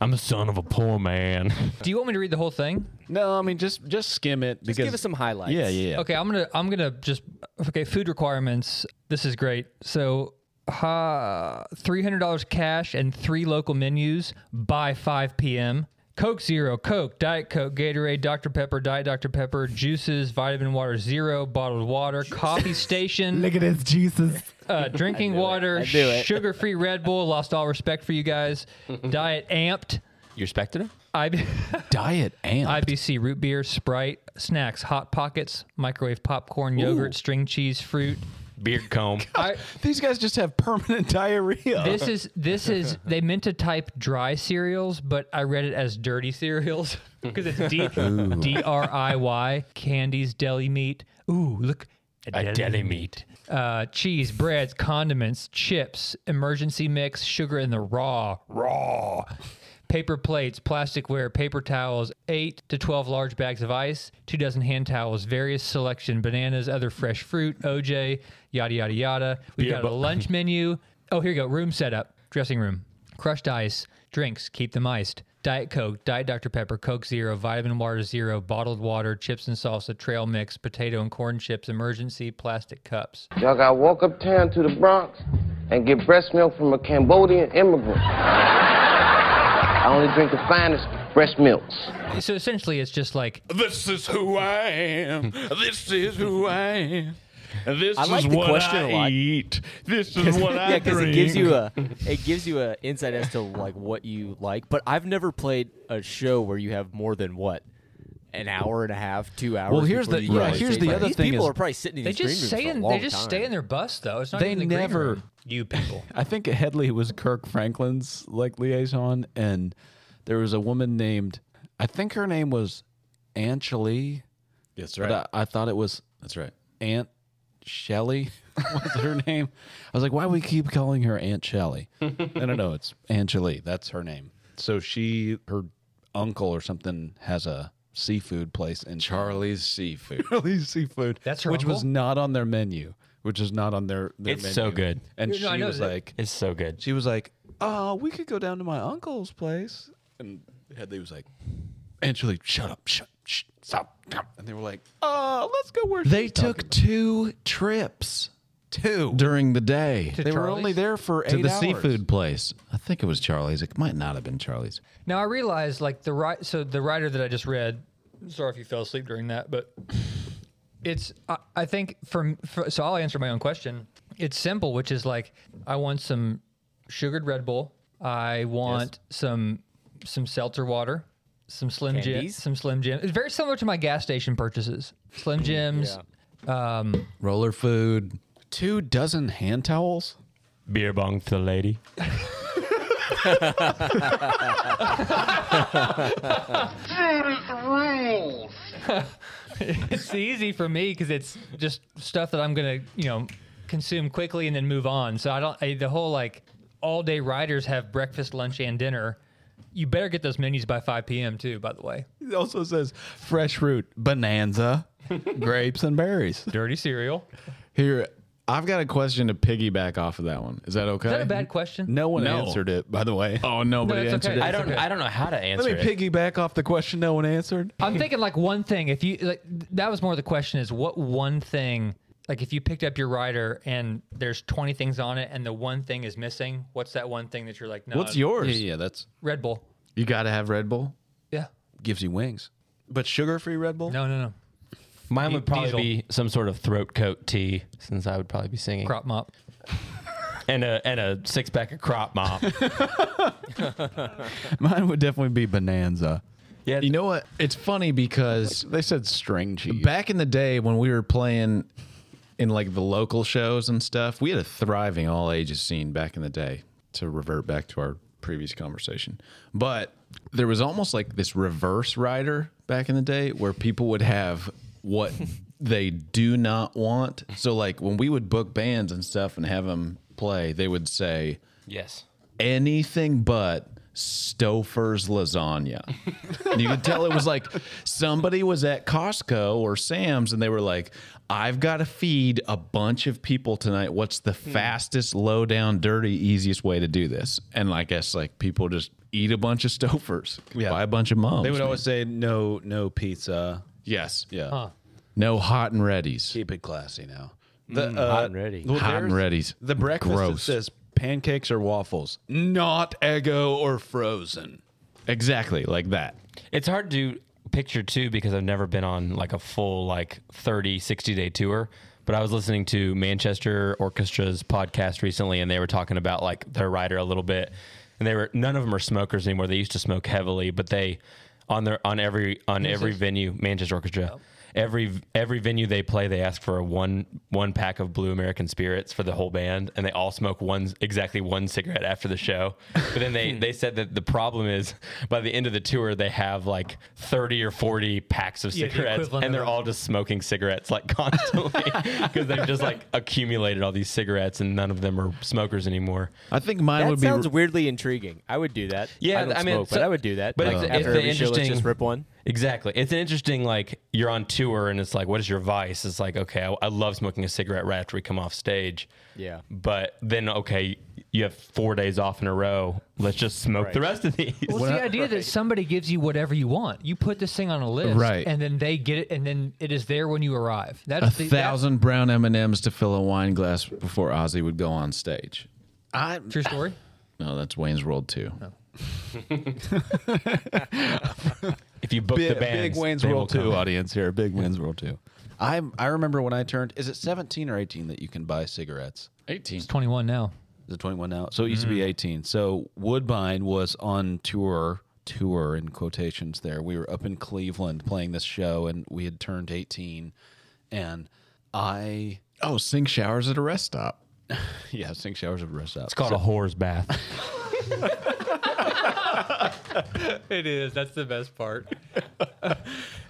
I'm the son of a poor man.
Do you want me to read the whole thing?
No, I mean just just skim it because
Just give us some highlights.
yeah yeah yeah.
Okay, I'm gonna I'm gonna just okay. Food requirements. This is great. So, ha, three hundred dollars cash and three local menus by five p.m. Coke Zero, Coke, Diet Coke, Gatorade, Dr Pepper, Diet Dr Pepper, juices, vitamin water zero, bottled water, coffee station. Look at his juices. Uh, drinking water,
I knew it.
sugar-free Red Bull. Lost all respect for you guys. Diet Amped.
You respected him?
I.
Diet and
IBC root beer, Sprite, snacks, hot pockets, microwave popcorn, yogurt, string cheese, fruit.
Beard comb.
I,
these guys just have permanent diarrhea.
this is this is they meant to type dry cereals, but I read it as dirty cereals because it's D D R I Y candies, deli meat. Ooh, look,
A deli, meat.
Uh, cheese, breads, condiments, chips, emergency mix, sugar in the raw, raw. Paper plates, plasticware, paper towels, 8 to 12 large bags of ice, 2 dozen hand towels, various selection, bananas, other fresh fruit, OJ, yada, yada, yada. We've
Beer
got a
bu-
lunch menu. Oh, here you go. Room setup, dressing room, crushed ice, drinks, keep them iced. Diet Coke, Diet Dr. Pepper, Coke Zero, vitamin water zero, bottled water, chips and salsa, trail mix, potato and corn chips, emergency plastic cups.
Y'all gotta walk uptown to the Bronx and get breast milk from a Cambodian immigrant. I only drink the finest breast milks.
So essentially, it's just like
This is who I am. This is who I am. This
I like
is
the
what
question
I
a lot.
eat. This is what I
yeah, because it gives
drink.
you a it gives you a insight as to like what you like. But I've never played a show where you have more than what an hour and a half, two hours.
Well, here's
before
the-
you
yeah,
realize
here's
it.
the
Like,
other
these
thing
people
is-
are probably sitting in
they
these green
just
rooms
stay
for a
in.
long
They just
time.
stay in their bus though. It's not
They
even the green
never-
room. You people.
I think Headley was Kirk Franklin's like liaison, and there was a woman named I think her name was Anchely.
That's
But I, I thought it was
That's right.
Aunt Shelley was her name. I was like, why we keep calling her Aunt Shelley? I don't know. It's Angeli. That's her name. So she, her uncle or something, has a seafood place in
Charlie's Seafood.
Charlie's Seafood.
That's her
which was
uncle?
not on their menu. Which is not on their. their
It's
menu.
so good.
And
No, I
she
know
was
that-
like,
It's so good.
she was like, oh, we could go down to my uncle's place. And Headley was like, Angeli, shut up, shut, shh, stop, stop. And they were like, oh, let's go where
They
she's talking
took two trips
two
during the day
To
they were
Charlie's?
only there for
to
eight
the
hours.
seafood place. I think it was Charlie's. It might not have been Charlie's.
Now I realize, like the right, so the writer that I just read. Sorry if you fell asleep during that, but it's. I, I think from for, so I'll answer my own question. It's simple, which is like I want some sugared Red Bull. I want some some seltzer water, some Slim Jim,
Candies?
some Slim Jim. It's very similar to my gas station purchases. Slim Jims, um,
Roller food.
Two dozen hand towels.
Beer bong to the lady.
rules.
it's easy for me because it's just stuff that I'm gonna you know consume quickly and then move on. So I don't I, the whole like all day riders have breakfast, lunch, and dinner. You better get those menus by 5 p.m. too. By the way,
It also says fresh fruit, bonanza, grapes and berries.
dirty cereal.
Here, I've got a question to piggyback off of that one. Is that okay?
Is that a bad question?
No one
No.
answered it, by the way.
Oh, nobody
it's
answered
okay.
it.
I don't.
okay.
I don't know how to answer
Let
it.
me piggyback off the question no one answered.
Uh,
I'm thinking like one thing. If you like, that was more the question is what one thing. Like if you picked up your rider and there's 20 things on it and the one thing is missing, what's that one thing that you're like, no,
What's yours?
yeah, that's
Red Bull.
You got to have Red Bull.
Yeah.
gives you wings. But sugar-free Red Bull?
No, no, no.
Mine would probably
Diesel.
be some sort of throat coat tea, since I would probably be singing,
Crop mop.
and a and a six pack of crop mop.
Mine would definitely be bonanza.
yeah,
You know what? It's funny because
They said string cheese.
back in the day when we were playing in like the local shows and stuff, we had a thriving all ages scene back in the day to revert back to our previous conversation. But there was almost like this reverse rider back in the day where people would have what they do not want. So like when we would book bands and stuff and have them play, they would say
yes.
anything but Stouffer's lasagna. you could tell it was like somebody was at Costco or Sam's and they were like, I've got to feed a bunch of people tonight. What's the
Hmm.
fastest, low down, dirty, easiest way to do this? And I guess like people just eat a bunch of Stouffer's,
Yeah.
buy a bunch of moms.
They would always say no, no pizza.
yes.
Yeah.
No hot and readies.
Keep it classy now. The, hot
and ready.
Hot and ready's
The breakfast that
gross.
says pancakes or waffles, not Eggo or frozen.
Exactly like that.
It's hard to picture too because I've never been on like a full like 30, 60 day tour. But I was listening to Manchester Orchestra's podcast recently and they were talking about like their rider a little bit. And they were none of them are smokers anymore. They used to smoke heavily, but they on their on every on every venue, Manchester Orchestra. every every venue they play, they ask for a one one pack of Blue American Spirits for the whole band, and they all smoke one exactly one cigarette after the show. But then they they said that the problem is by the end of the tour, they have like thirty or forty packs of
Yeah, the
cigarettes,
equivalent
and
of
they're all just smoking cigarettes like constantly because they've just like accumulated all these cigarettes, and none of them are smokers anymore.
I think mine
that
would be-
sounds weirdly intriguing. I would do that.
Yeah,
I, don't
I mean,
smoke,
so-
but uh, I would do that.
But
Like,
it's, it's
after
an
every show, let's
interesting.
just rip one.
Exactly. It's an interesting like you're on tour and it's like, what is your vice? It's like, okay, I, I love smoking a cigarette right after we come off stage.
Yeah.
But then okay, you have four days off in a row. Letlet's just smoke the rest of these.
Well, it's the idea that somebody gives you whatever you want. You put this thing on a list,
Right.
And then they get it, and then it is there when you arrive. That's
a
the, that-
thousand brown M and M's to fill a wine glass before Ozzy would go on stage. I
true story.
No, that's Wayne's World too.
Oh.
if you book
big,
the bands,
big Wayne's
they will
World two
come.
audience here, big Wayne's World two. I I remember when I turned is it seventeen or eighteen that you can buy cigarettes?
Eighteen.
It's 21 now.
Is it 21 now? So it used to be 18. So Woodbine was on tour, tour in quotations there. We were up in Cleveland playing this show and we had turned 18. And I.
Oh, sing showers at a rest stop.
yeah, sing showers at a rest stop.
It's called
So-
a whore's bath.
it is. That's the best part.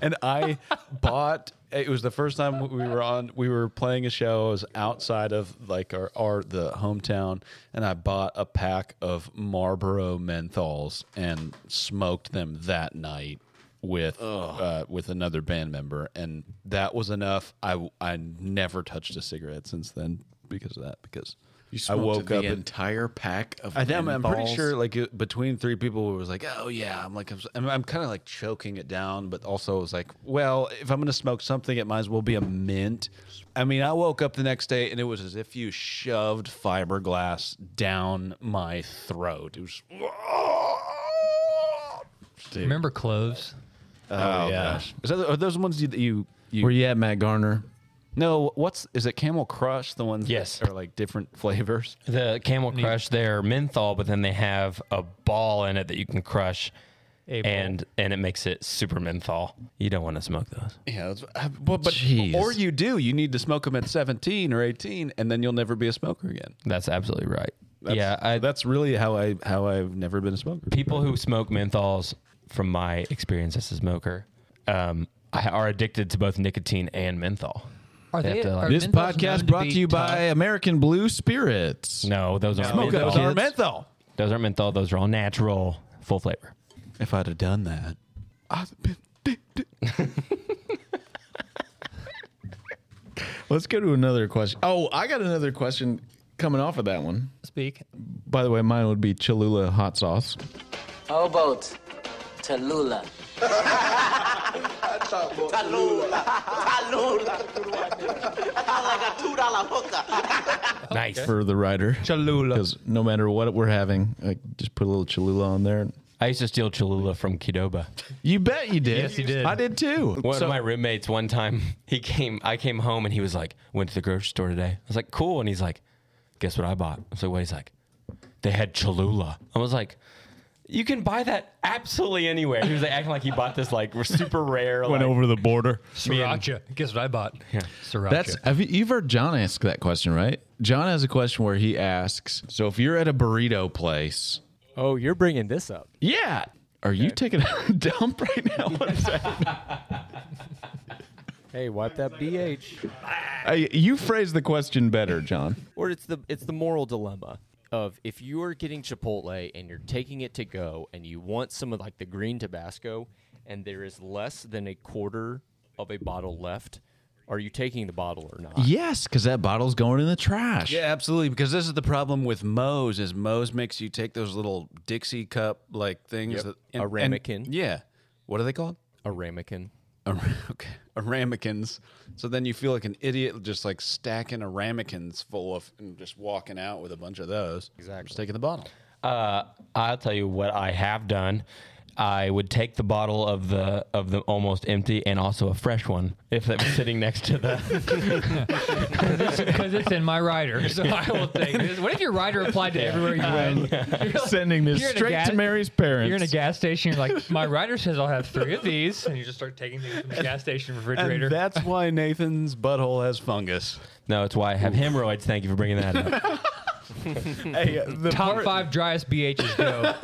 and I bought. It was the first time we were on. We were playing a show. It was outside of like our, our the hometown, and I bought a pack of Marlboro menthols and smoked them that night with uh, with another band member, and that was enough. I I never touched a cigarette since then because of that. Because I woke up and
entire pack of.
I am. I'm pretty
menthols?
sure, like it- between three people, it was like, "Oh yeah." I'm like, I'm, s- I'm, I'm kind of like choking it down, but also it was like, "Well, if I'm gonna smoke something, it might as well be a mint." I mean, I woke up the next day and it was as if you shoved fiberglass down my throat. It was,
Oh,
Remember cloves?
oh, gosh, Is that, are those ones you, that you, you?
Were you at Matt Garner?
No, what's is it? Camel Crush, the ones
Yes.
that are like different flavors.
The Camel Crush, they're menthol, but then they have a ball in it that you can crush,
A ball.
and and it makes it super menthol. You don't want to smoke those.
Yeah, that's, uh, well, but
Jeez.
or you do. You need to smoke them at 17 or 18, and then you'll never be a smoker again.
That's absolutely right.
That's,
yeah,
that's really how I how I've never been a smoker.
People who smoke menthols, from my experience as a smoker, um, I- are addicted to both nicotine and menthol.
Are they-
have to, like-
are
this podcast brought to, you by uh, American Blue Spirits.
No, those aren't
Smoke
menthol.
those are menthol.
Those aren't menthol. Those are all natural, full flavor.
If I'd have done that,
Let's go to another question. Oh, I got another question coming off of that one.
Speak.
By the way, mine would be Cholula hot sauce.
Oh, Hobart, Tallulah.
Tallulah. I like a two dollar hooker.
Nice
for the writer.
Cholula.
Because no matter what we're having, like just put a little Cholula on there.
I used to steal Cholula from Kidoba.
You bet you did.
Yes, you did.
I did too.
One
So-
of my roommates one time he came I came home and he was like, went to the grocery store today. I was like, cool. And he's like, guess what I bought? I was like, what? He's like, they had Cholula. I was like, you can buy that absolutely anywhere. He was like acting like he bought this like super rare.
Went
like-
over the border.
Sriracha. Guess what I bought? Yeah. Sriracha.
That's have you, you've heard John ask that question, right? John has a question where he asks, so if you're at a burrito place,
oh, you're bringing this up.
Yeah, are you taking a dump right now? What is that?
Hey, wipe that BH.
I, you phrased the question better, John.
Or it's the it's the moral dilemma of if you are getting Chipotle and you're taking it to go and you want some of like the green Tabasco and there is less than a quarter of a bottle left, are you taking the bottle or not?
Yes, because that bottle's going in the trash.
Yeah, absolutely. Because this is the problem with Moe's is Moe's makes you take those little Dixie cup like things,
Yep.
that,
A ramekin.
yeah, what are they called?
A ramekin.
A, ra- okay, a ramekins. So then you feel like an idiot, just like stacking a ramekins full of and just walking out with a bunch of those. Exactly, just taking the bottle.
Uh, I'll tell you what I have done I would take the bottle of the of the almost empty and also a fresh one if that was sitting next to the.
because it's in my rider, so I will take this. What if your rider applied to
Yeah.
everywhere you went? You're like-
Sending this
you're in a
straight
gas-
to Mary's
You're in a
parents.
gas station. You're like, my rider says I'll have three of these, and you just start taking things from the gas station refrigerator.
And that's why Nathan's butthole has fungus.
no, it's why I have hemorrhoids. Thank you for bringing that up.
Hey, the
Top
part-
five driest BHs go.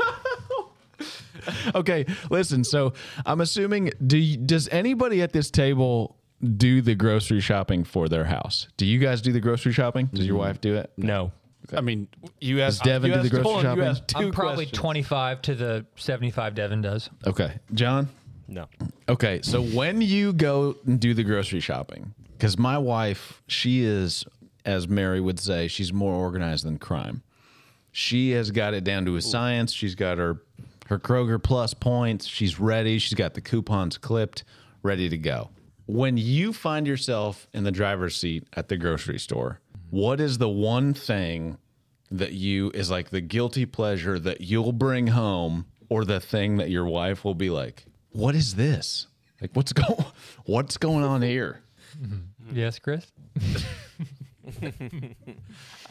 okay, listen. So I'm assuming do you, does anybody at this table do the grocery shopping for their house? Do you guys do the grocery shopping? Does your wife do it?
No.
I mean, Mm-hmm. you asked
Devin
you
do the
asked
grocery
Devon,
shopping?
You asked 2
I'm probably
questions.
25 to the 75 Devin does.
Okay, John.
No.
Okay, so when you go and do the grocery shopping, because my wife, she is, as Mary would say, she's more organized than crime. She has got it down to a science. She's got her her Kroger plus points. She's ready. She's got the coupons clipped, ready to go. When you find yourself in the driver's seat at the grocery store, what is the one thing that you is like the guilty pleasure that you'll bring home or the thing that your wife will be like, "What is this? Like what's going what's going on here?"
Yes, Chris?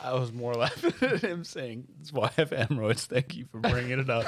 I was more laughing at him saying, "That's why I have hemorrhoids." Thank you for bringing it up.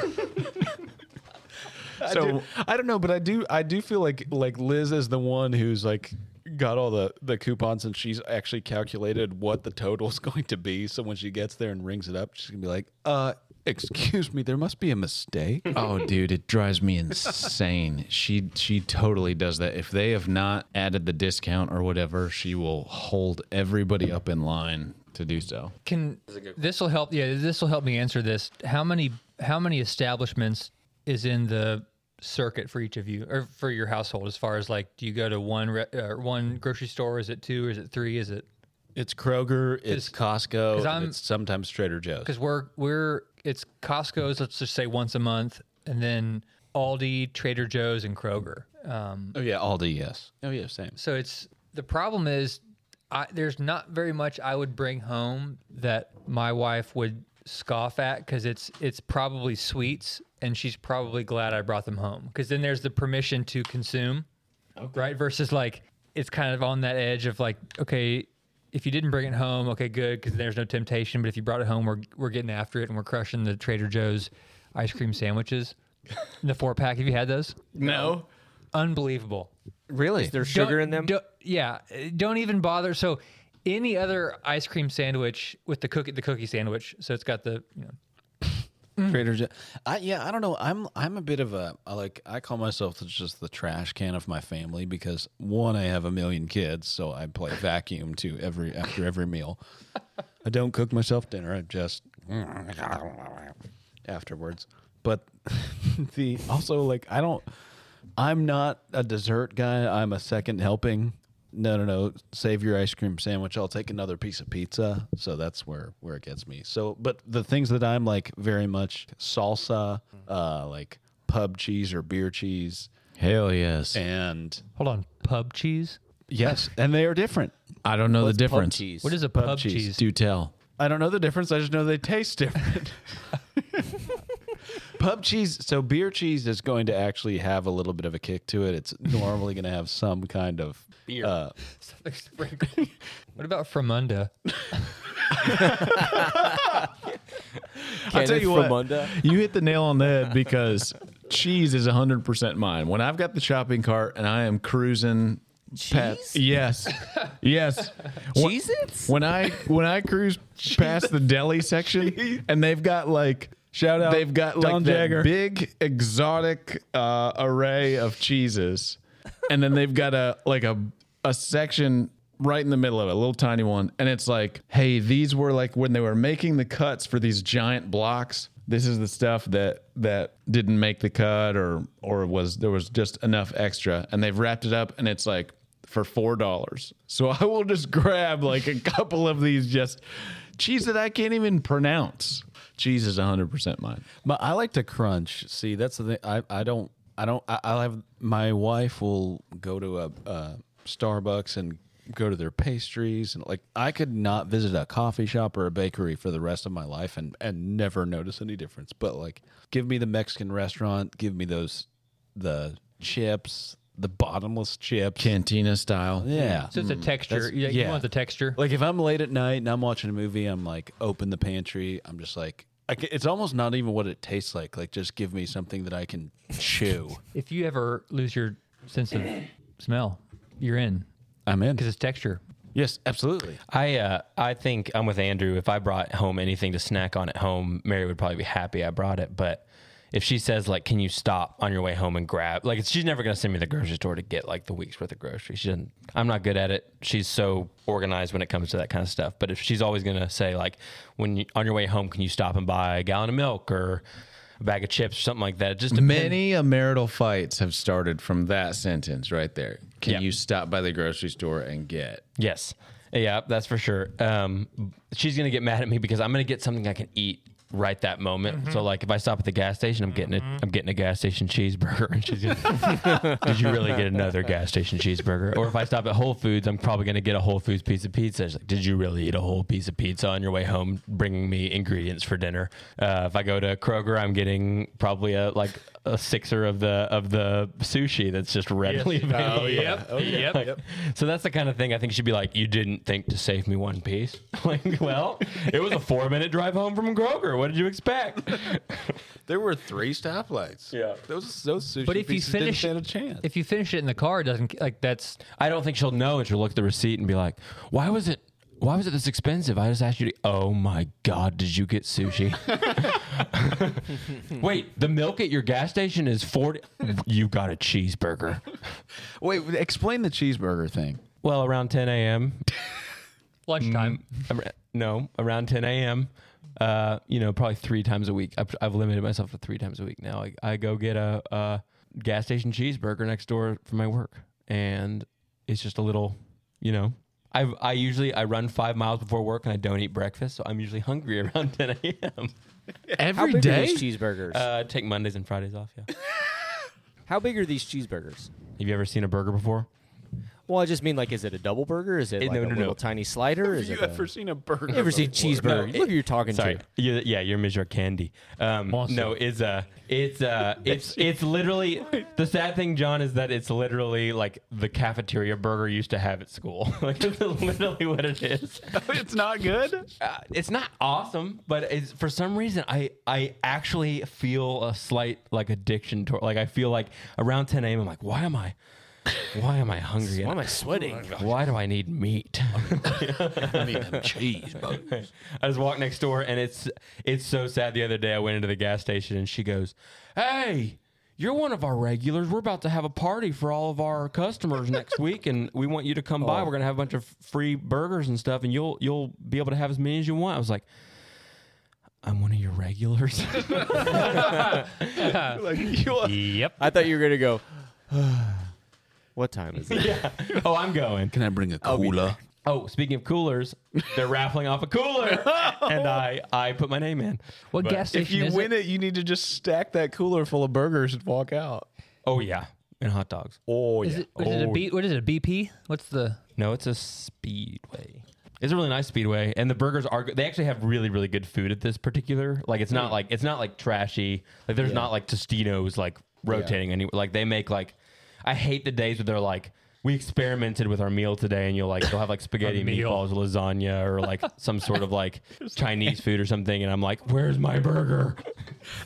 so I, do, I don't know, but I do. I do feel like like Liz is the one who's like got all the the coupons, and she's actually calculated what the total's going to be. So when she gets there and rings it up, she's gonna be like, "Uh, excuse me, there must be a mistake."
Oh, dude, it drives me insane. She she totally does that. If they have not added the discount or whatever, she will hold everybody up in line to do so.
Can this will help? Yeah, this will help me answer this. How many how many establishments is in the circuit for each of you or for your household? As far as like, do you go to one re, uh, one grocery store? Is it two? Is it three? Is it
It's Kroger, it's Costco,
'cause
and
I'm-
it's sometimes Trader Joe's.
because we're we're it's Costco's. Let's just say once a month, and then Aldi, Trader Joe's, and Kroger. Um,
Oh yeah, Aldi, yes. Oh yeah, same.
so it's the problem is I, there's not very much I would bring home that my wife would scoff at because it's it's probably sweets and she's probably glad I brought them home because then there's the permission to consume, right? Versus like it's kind of on that edge of like okay. If you didn't bring it home, okay, good, because there's no temptation. But if you brought it home, we're, we're getting after it and we're crushing the Trader Joe's ice cream sandwiches, in the four pack. Have you had those?
No.
Unbelievable.
Really? Is there
Don't-
sugar in them?
don't- yeah, uh, don't even bother. So, any other ice cream sandwich with the cookie, the cookie sandwich. So it's got the you know,
Trader Joe. I, yeah, I don't know. I'm I'm a bit of a I like I call myself just the trash can of my family because one I have a million kids, so I play vacuum to every after every meal. I don't cook myself dinner. I just afterwards. But the also like I don't. I'm not a dessert guy. I'm a second helping. No, no, no. Save your ice cream sandwich. I'll take another piece of pizza. So that's where where it gets me. So, but the things that I'm like very much salsa, uh, like pub cheese or beer cheese,
Hell yes.
and
hold on pub cheese.
yes, and they are different.
I don't know the difference.
What is a
Pub
pub,
cheese.
cheese?
Do tell.
I don't know the difference. I just know they taste different. Pub cheese. So beer cheese is going to actually have a little bit of a kick to it. It's normally going to have some kind of beer. Uh,
Something sprinkled. what about Fromunda?
I tell
Kenneth
you what,
Fromunda?
you hit the nail on the head because cheese is 100% mine. When I've got the shopping cart and I am cruising past, yes, yes, When-
Cheez-Its?
When I when I cruise past the deli section and they've got like shout out, they've got like
Don
that
Jagger.
big exotic uh, array of cheeses, and then they've got a like a a section right in the middle of it, a little tiny one, and it's like, hey, these were like when they were making the cuts for these giant blocks. This is the stuff that that didn't make the cut or or was there was just enough extra, and they've wrapped it up, and it's like for four dollars. So I will just grab like a couple of these just cheese that I can't even pronounce. Cheese is 100% mine.
but I like to crunch. See, that's the thing. I, I don't. I don't. I, I'll have my wife will go to a, a Starbucks and go to their pastries and like I could not visit a coffee shop or a bakery for the rest of my life and and never notice any difference. But like give me the Mexican restaurant, give me those the chips, the bottomless chips.
Cantina style.
Yeah.
So it's a texture.
That's-
Yeah, you want the texture.
Like if I'm late at night and I'm watching a movie, I'm like open the pantry, I'm just like I ca- it's almost not even what it tastes like. Like, just give me something that I can chew.
If you ever lose your sense of smell, you're in.
I'm in
because it's texture.
Yes, absolutely.
I uh, I think I'm with Andrew. If I brought home anything to snack on at home, Mary would probably be happy I brought it. But if she says like, "Can you stop on your way home and grab?" like, she's never gonna send me to the grocery store to get like the week's worth of groceries. She doesn't. I'm not good at it. She's so organized when it comes to that kind of stuff. But if she's always gonna say like, "When you, on your way home, can you stop and buy a gallon of milk or a bag of chips or something like that?" It just depends.
Many a marital fights have started from that sentence right there. Can you stop by the grocery store and get?
Yes. Yeah, that's for sure. Um, she's going to get mad at me because I'm going to get something I can eat right that moment.
Mm-hmm.
So like if I stop at the gas station, I'm getting a, I'm getting a gas station cheeseburger and she's gonna, Did you really get another gas station cheeseburger? Or if I stop at Whole Foods, I'm probably going to get a Whole Foods piece of pizza. She's like, "Did you really eat a whole piece of pizza on your way home bringing me ingredients for dinner?" Uh, if I go to Kroger, I'm getting probably a like a sixer of the of the sushi that's just readily available.
Oh, yep. Yep.
Like, So that's the kind of thing I think she'd be like, "You didn't think to save me one piece? like, well, it was a four-minute drive home from Kroger. What did you expect?"
there were three stoplights. Yeah, those those sushi
But if you
pieces didn't
finish,
stand a chance.
if you finish it in the car, it doesn't like that's.
I don't think she'll know, and she'll look at the receipt and be like, "Why was it? Why was it this expensive? I just asked you to. Oh my God, did you get sushi? Wait, the milk at your gas station is forty. You got a cheeseburger.
Wait, explain the cheeseburger thing.
Well, around ten a.m.
lunchtime.
no, around 10 a.m. Uh, you know, probably three times a week. I've, I've limited myself to three times a week now. I, I go get a, a gas station cheeseburger next door from my work, and it's just a little, you know. I I usually I run five miles before work and I don't eat breakfast, so I'm usually hungry around 10 a.m.
How
Every
big
day,
are these cheeseburgers?
Uh, I take Mondays and Fridays off. Yeah.
How big are these cheeseburgers?
Have you ever seen a burger before?
Well, I just mean like, is it a double burger? Is it
Eh,
like a
no, no, no.
little tiny slider? Is
you
it
ever
a,
seen a burger?
You ever seen
before?
cheeseburger?
No,
Look
it-
who you're talking
Sorry.
to.
You- yeah, you're Ms. Candy. Um, no, it's uh, it's uh, it's it's literally the sad thing, John, is that it's literally like the cafeteria burger used to have at school. like that's literally what it is.
it's not good.
Uh, it's not awesome, but it's, for some reason, I I actually feel a slight like addiction toward. Like I feel like around 10 a.m. I'm like, why am I? Why am I hungry?
Why am I sweating?
Why do I need meat?
I mean, cheese.
I just walked next door, and it's it's so sad. The other day, I went into the gas station, and she goes, "Hey, you're one of our regulars. We're about to have a party for all of our customers next week, and we want you to come by. We're gonna have a bunch of free burgers and stuff, and you'll you'll be able to have as many as you want." I was like. I'm one of your regulars.
like, you
yep.
I thought you were gonna go. what time is it?
oh, I'm going.
Can I bring a
I'll be
cooler?
Oh, speaking of coolers, they're raffling off a cooler, and I I put my name in.
What
But-
gas
If
station
you
is
win
it?
it, you need to just stack that cooler full of burgers and walk out.
Oh yeah, and hot dogs.
Oh
Is
yeah.
it, is it a
Oh.
B? What is it? A BP? What's the?
No, it's a speedway. It's a really nice speedway, and the burgers are. good. They actually have really, really good food at this particular. Like, it's
Mm.
not like it's not like trashy. Like, there's not like Tostinos like rotating anywhere. Like, they make like. I hate the days where they're like, we experimented with our meal today, and you'll like they'll have like spaghetti and
meal.
meatballs, lasagna, or like some sort of like Chinese food or something, and I'm like, where's my burger?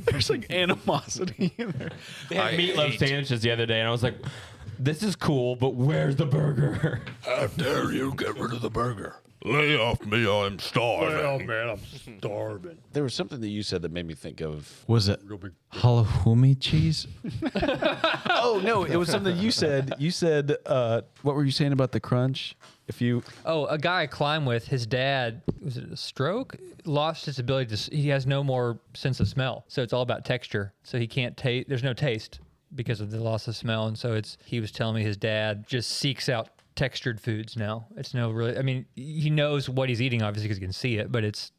There's like animosity in there.
They had meatloaf sandwiches the other day, and I was like, this is cool, but where's the burger?
How dare you get rid of the burger? Lay off me, I'm starving. Well, man, I'm starving.
There was something that you said that made me think of.
Was it halloumi cheese?
Oh no, it was something you said. You said uh, what were you saying about the crunch? If you
Oh, a guy I climb with, his dad was it a stroke? Lost his ability to. s- He has no more sense of smell, so it's all about texture. So he can't taste. There's no taste because of the loss of smell, and so it's. He was telling me his dad just seeks out textured foods now. It's no really. I mean, he knows what he's eating obviously because he can see it, but it's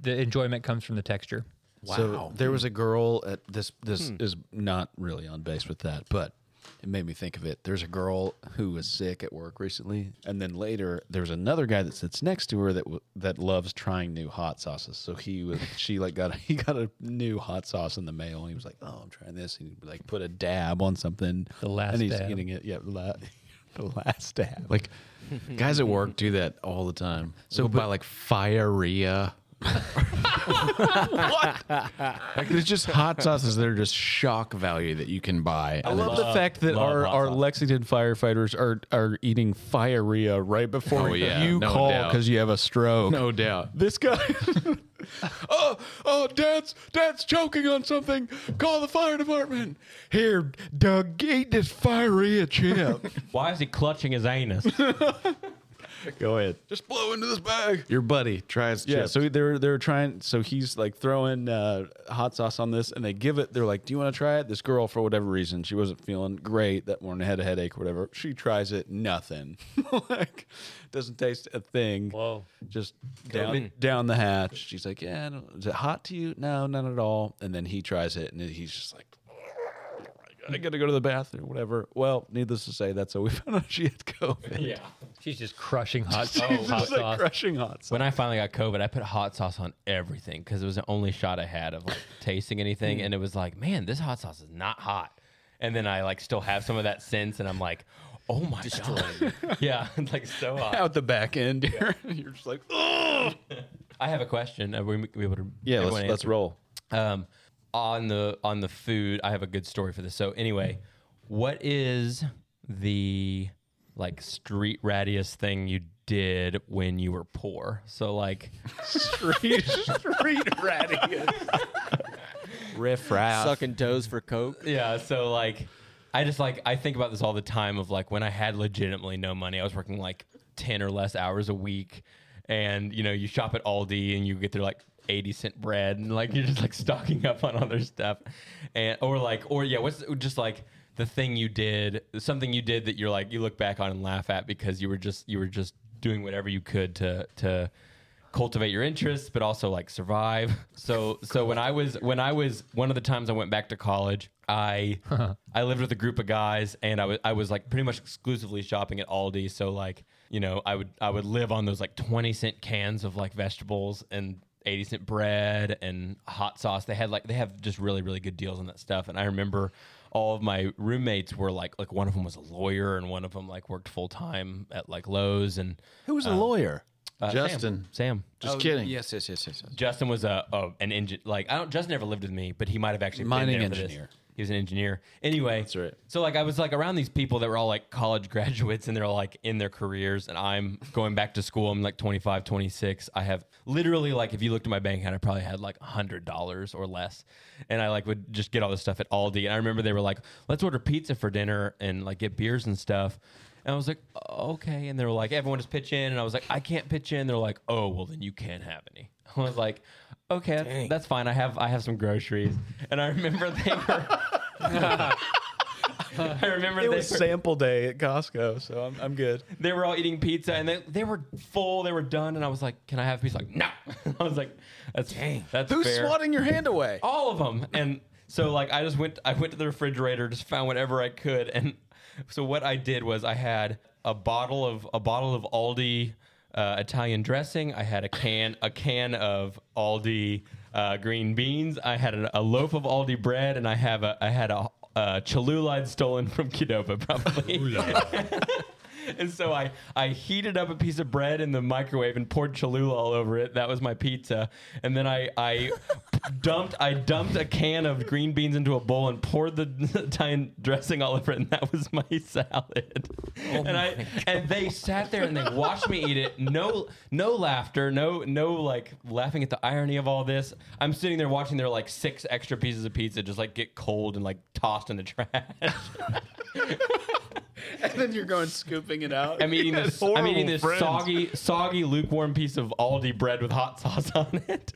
the enjoyment comes from the texture. Hmm.
So there was a girl at this. This is not really on base with that, but It made me think of it. There's a girl who was sick at work recently, and then later there's another guy that sits next to her that w- that loves trying new hot sauces. So he was she like got a, he got a new hot sauce in the mail, and he was like, "Oh, I'm trying this." And he like put a dab on something.
The last
and he's
dab.
eating it. Yeah, the la- the last dab.
Like guys at work do that all the time. So by like firea. Like there's just hot sauces that are just shock value that you can buy.
I love the fact that our, our Lexington firefighters are are eating firea right before
Oh, yeah,
you
no
call
doubt.
because you have a stroke.
no doubt.
This guy. oh, oh, dad's dad's choking on something. Call the fire department. Here, Doug, eat this firea chip.
Why is he clutching his anus?
Go ahead.
Just blow into this bag. Your buddy tries
Yeah,
chips.
so they're they're trying. So he's like throwing uh, hot sauce on this, and they give it. They're like, "Do you want to try it?" This girl, for whatever reason, she wasn't feeling great that morning, had a headache or whatever. She tries it, nothing. like, doesn't taste a thing.
Whoa!
Just
Got
down
me.
down the hatch. She's like, "Yeah, I don't- is it hot to you?" No, not at all. And then he tries it, and he's just like. "Oh I gotta go to the bathroom, whatever. Well, needless to say, that's how we found out she had COVID.
Yeah.
She's just crushing hot,
She's
hot
just, like,
sauce.
crushing hot
When I finally got COVID, I put hot sauce on everything because it was the only shot I had of like tasting anything, and it was like, man, this hot sauce is not hot. And then I like still have some of that sense, and I'm like, oh my god, yeah, it's like so hot.
out the back end. You're, you're just like, oh.
I have a question. Are we, we able to?
Yeah, let's-
everyone
let's
answer?
roll.
Um, on the on the food, I have a good story for this. So anyway, what is the like street rattiest thing you did when you were poor? So like
street street ratty. Riff raff.
Sucking toes for coke.
Yeah, so like I just like I think about this all the time of like when I had legitimately no money, I was working like 10 or less hours a week and you know, you shop at Aldi and you get their like 80 cent bread and like you're just like stocking up on other stuff. And or like or yeah, what's just like the thing you did, something you did that you're like you look back on and laugh at because you were just you were just doing whatever you could to to cultivate your interests but also like survive so so when i was when i was one of the times i went back to college i i lived with a group of guys and i was i was like pretty much exclusively shopping at aldi so like you know i would i would live on those like 20 cent cans of like vegetables and 80 cent bread and hot sauce they had like they have just really really good deals on that stuff and i remember all of my roommates were like like one of them was a lawyer and one of them like worked full time at like Lowe's and
Who was the lawyer?
uh,
Justin.
Sam, Sam.
Just kidding.
Yes, yes, yes, yes. yes.
Justin was a, a an engine like I don't Justin never lived with me, but he might have actually
Mining
been there for this.
engineer.
He was an engineer. Anyway,
That's right.
So like I was like around these people that were all like college graduates and they're all like in their careers and I'm going back to school. I'm like 25, 26. I have literally like if you looked at my bank account, I probably had like $100 or less. And I like would just get all this stuff at Aldi and I remember they were like, "Let's order pizza for dinner and like get beers and stuff." And I was like, "Okay." And they were like, "Everyone just pitch in." And I was like, "I can't pitch in." They're like, "Oh, well then you can't have any." I was like, "Okay, that's, that's fine. I have I have some groceries." And I remember they were I remember
It
they
was
were-
sample day at Costco, so I'm, I'm good.
they were all eating pizza and they, they were full, they were done, and I was like, "Can I have a piece?" Like, no. I was like, "That's that's
Who's
fair."
swatting your hand away?
All of them, and so like I just went I went to the refrigerator, just found whatever I could, and so what I did was I had a bottle of a bottle of Aldi uh, Italian dressing, I had a can a can of Aldi uh, green beans, I had a, a loaf of Aldi bread, and I have a I had a uh, Cholula I'd stolen from Qdoba probably. And so I, I heated up a piece of bread in the microwave and poured Cholula all over it. That was my pizza. And then I, I dumped I dumped a can of green beans into a bowl and poured the Italian dressing all over it, and that was my salad. and I and they sat there and they watched me eat it. No no laughter, no no like laughing at the irony of all this. I'm sitting there watching their like six extra pieces of pizza just like get cold and like tossed in the trash.
And then you're going scooping it out.
I'm eating this. I'm eating this soggy, soggy, lukewarm piece of Aldi bread with hot sauce on it.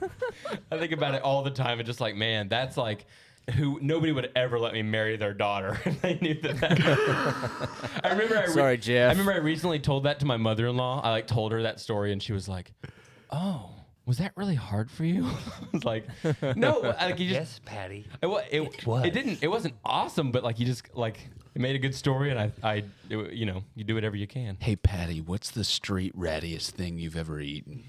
I think about it all the time, and just like, man, that's like, who nobody would ever let me marry their daughter. And I knew that. that- I remember. I re-
Sorry, Jeff.
I remember I recently told that to my mother-in-law. I like told her that story, and she was like, "Oh, was that really hard for you? I was like, no, like you just
yes, Patty.
It, wa- it, it
was.
didn't. It wasn't awesome, but like you just like it made a good story, and I, I, it, you know, you do whatever you can.
Hey, Patty, what's the street rattiest thing you've ever eaten?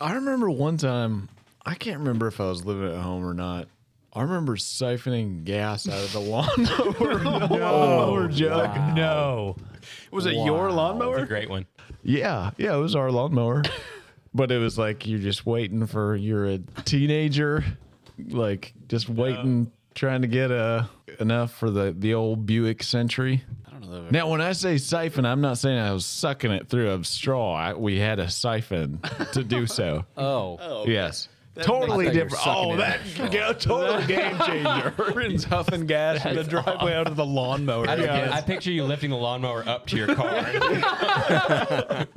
I remember one time, I can't remember if I was living at home or not. I remember siphoning gas out of the lawnmower,
Oh,
lawnmower jug.
No.
Was it your lawnmower?
That's a great one.
Yeah, yeah, it was our lawnmower. but it was like you're just waiting for you're a teenager, like just waiting trying to get uh enough for the the old Buick Century. Now, when I say siphon, I'm not saying I was sucking it through a straw. I, we had a siphon to do so.
Oh.
yes,
That
totally
makes- I thought you were sucking
different. Oh,
it
that
in a
yeah, total game changer. Urban's huffing gas in the driveway out of the lawnmower.
I,
Yeah.
I picture you lifting the lawnmower up to your car,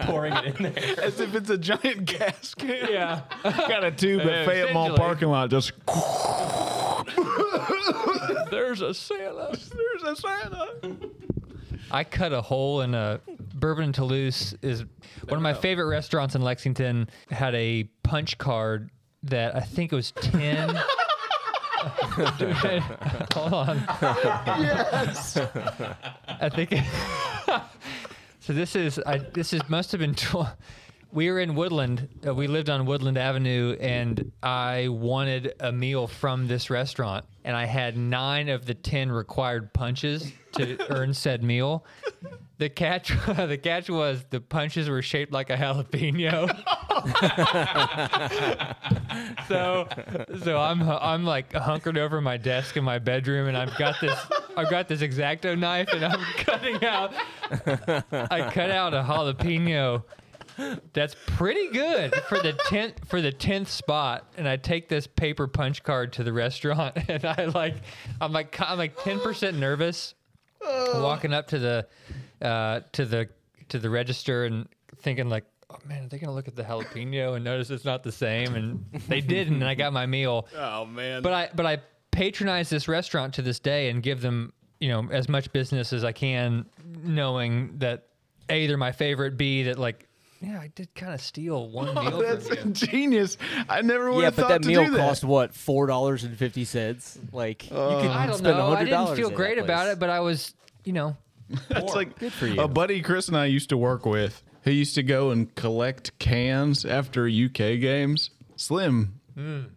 pouring it in there.
As if it's a giant gas can.
Yeah.
Got a tube at Fayette Mall
Essentially.
parking lot. Just
There's a Santa.
There's a Santa.
I cut a hole in a Bourbon in Toulouse is one of my favorite restaurants in Lexington. Had a punch card that I think it was ten. Hold on.
Yes.
I think. so this is I, this is must have been. Tw- we were in Woodland. Uh, we lived on Woodland Avenue, and I wanted a meal from this restaurant, and I had nine of the ten required punches to earn said meal. The catch, the catch was the punches were shaped like a jalapeno. so so I'm I'm like hunkered over my desk in my bedroom, and I've got this I've got this exacto knife, and I'm cutting out. I cut out a jalapeno. That's pretty good for the tenth for the tenth spot, and I take this paper punch card to the restaurant, and I like I'm like I'm like ten percent nervous walking up to the uh, to the to the register and thinking like, oh man, are they gonna look at the jalapeno and notice it's not the same? And they didn't, and I got my meal.
Oh man.
But I but I patronize this restaurant to this day and give them you know as much business as I can, knowing that a they're my favorite, b that like yeah I did kind of steal one meal. from
that's
you.
ingenious. I never would
yeah,
have
but
thought
that
to
meal
do that.
cost what four dollars and fifty cents. Like
Uh,
you could
I don't
spend
know. I
hundred dollars.
didn't feel great about it, but I was you know
That's like
you.
a buddy Chris and I used to work with who used to go and collect cans after UK games. Slim.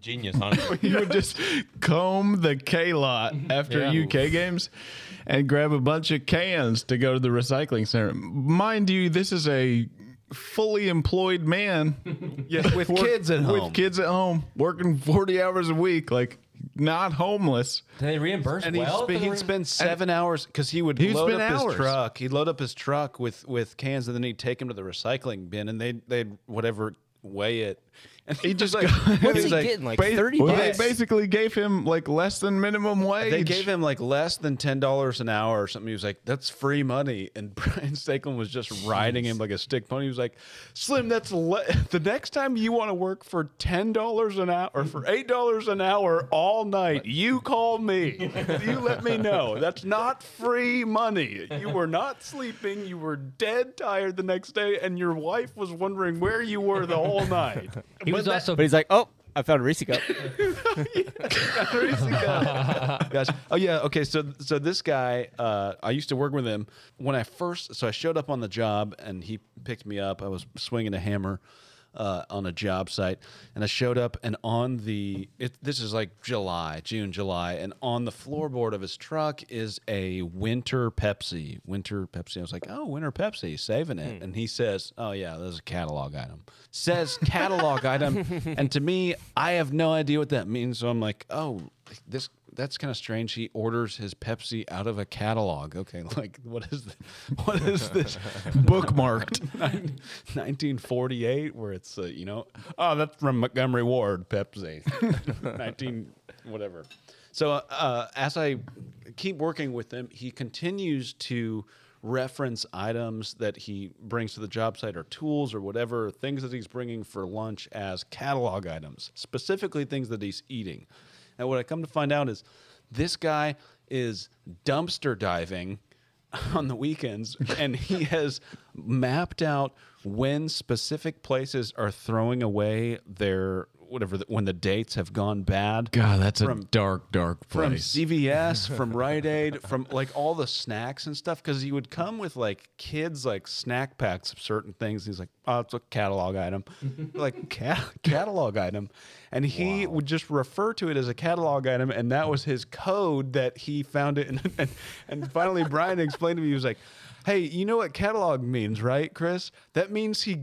Genius, honestly.
you would just comb the K lot after
Yeah.
UK games and grab a bunch of cans to go to the recycling center. Mind you, this is a fully employed man
Yes, with kids at home.
With kids at home, working 40 hours a week, like not homeless.
they reimburse
and he'd, spe- he'd spend seven hours because he would
He'd
load
spend
up
hours.
his truck. He'd load up his truck with with cans, and then he'd take him to the recycling bin, and they'd they'd whatever weigh it. And he
just
like,
What's
was
he getting, like
ba-
30
Well,
bucks?
They basically gave him like less than minimum wage.
They gave him like less than ten dollars an hour or something. He was like, "That's free money." And Brian Stakelin was just riding him like a stick pony. He was like, "Slim, that's le- the next time you want to work for ten dollars an hour or for eight dollars an hour all night, you call me. you let me know. That's not free money. You were not sleeping. You were dead tired the next day, and your wife was wondering where you were the whole night."
He was also
But he's like, oh, I found a Reese cup.
Gosh. Oh yeah. Okay. So so this guy, uh, I used to work with him when I first. So I showed up on the job and he picked me up. I was swinging a hammer uh, on a job site, and I showed up and on the it, this is like July, June, July, and on the floorboard of his truck is a winter Pepsi. Winter Pepsi. I was like, oh, winter Pepsi, saving it. And he says, oh yeah, this is a catalog item. Says catalog item, and to me, I have no idea what that means. So I'm like, oh this that's kind of strange. He orders his Pepsi out of a catalog. Okay, like what is this? What is this?
Bookmarked.
1948, where it's uh, you know, oh, that's from Montgomery Ward Pepsi, 19 whatever. So uh, as I keep working with him, he continues to reference items that he brings to the job site or tools or whatever things that he's bringing for lunch as catalog items, specifically things that he's eating. And what I come to find out is this guy is dumpster diving on the weekends and he has mapped out when specific places are throwing away their whatever the, when the dates have gone bad.
God, that's
From-
a dark, dark
from
place.
CVS, from Rite Aid, from like all the snacks and stuff. Because he would come with like kids like snack packs of certain things. He's like, oh, it's a catalog item, like cat- catalog item, and he would just refer to it as a catalog item, and that was his code that he found it. And and, and finally, Brian explained to me, he was like, "Hey, you know what catalog means, right, Chris? That means he."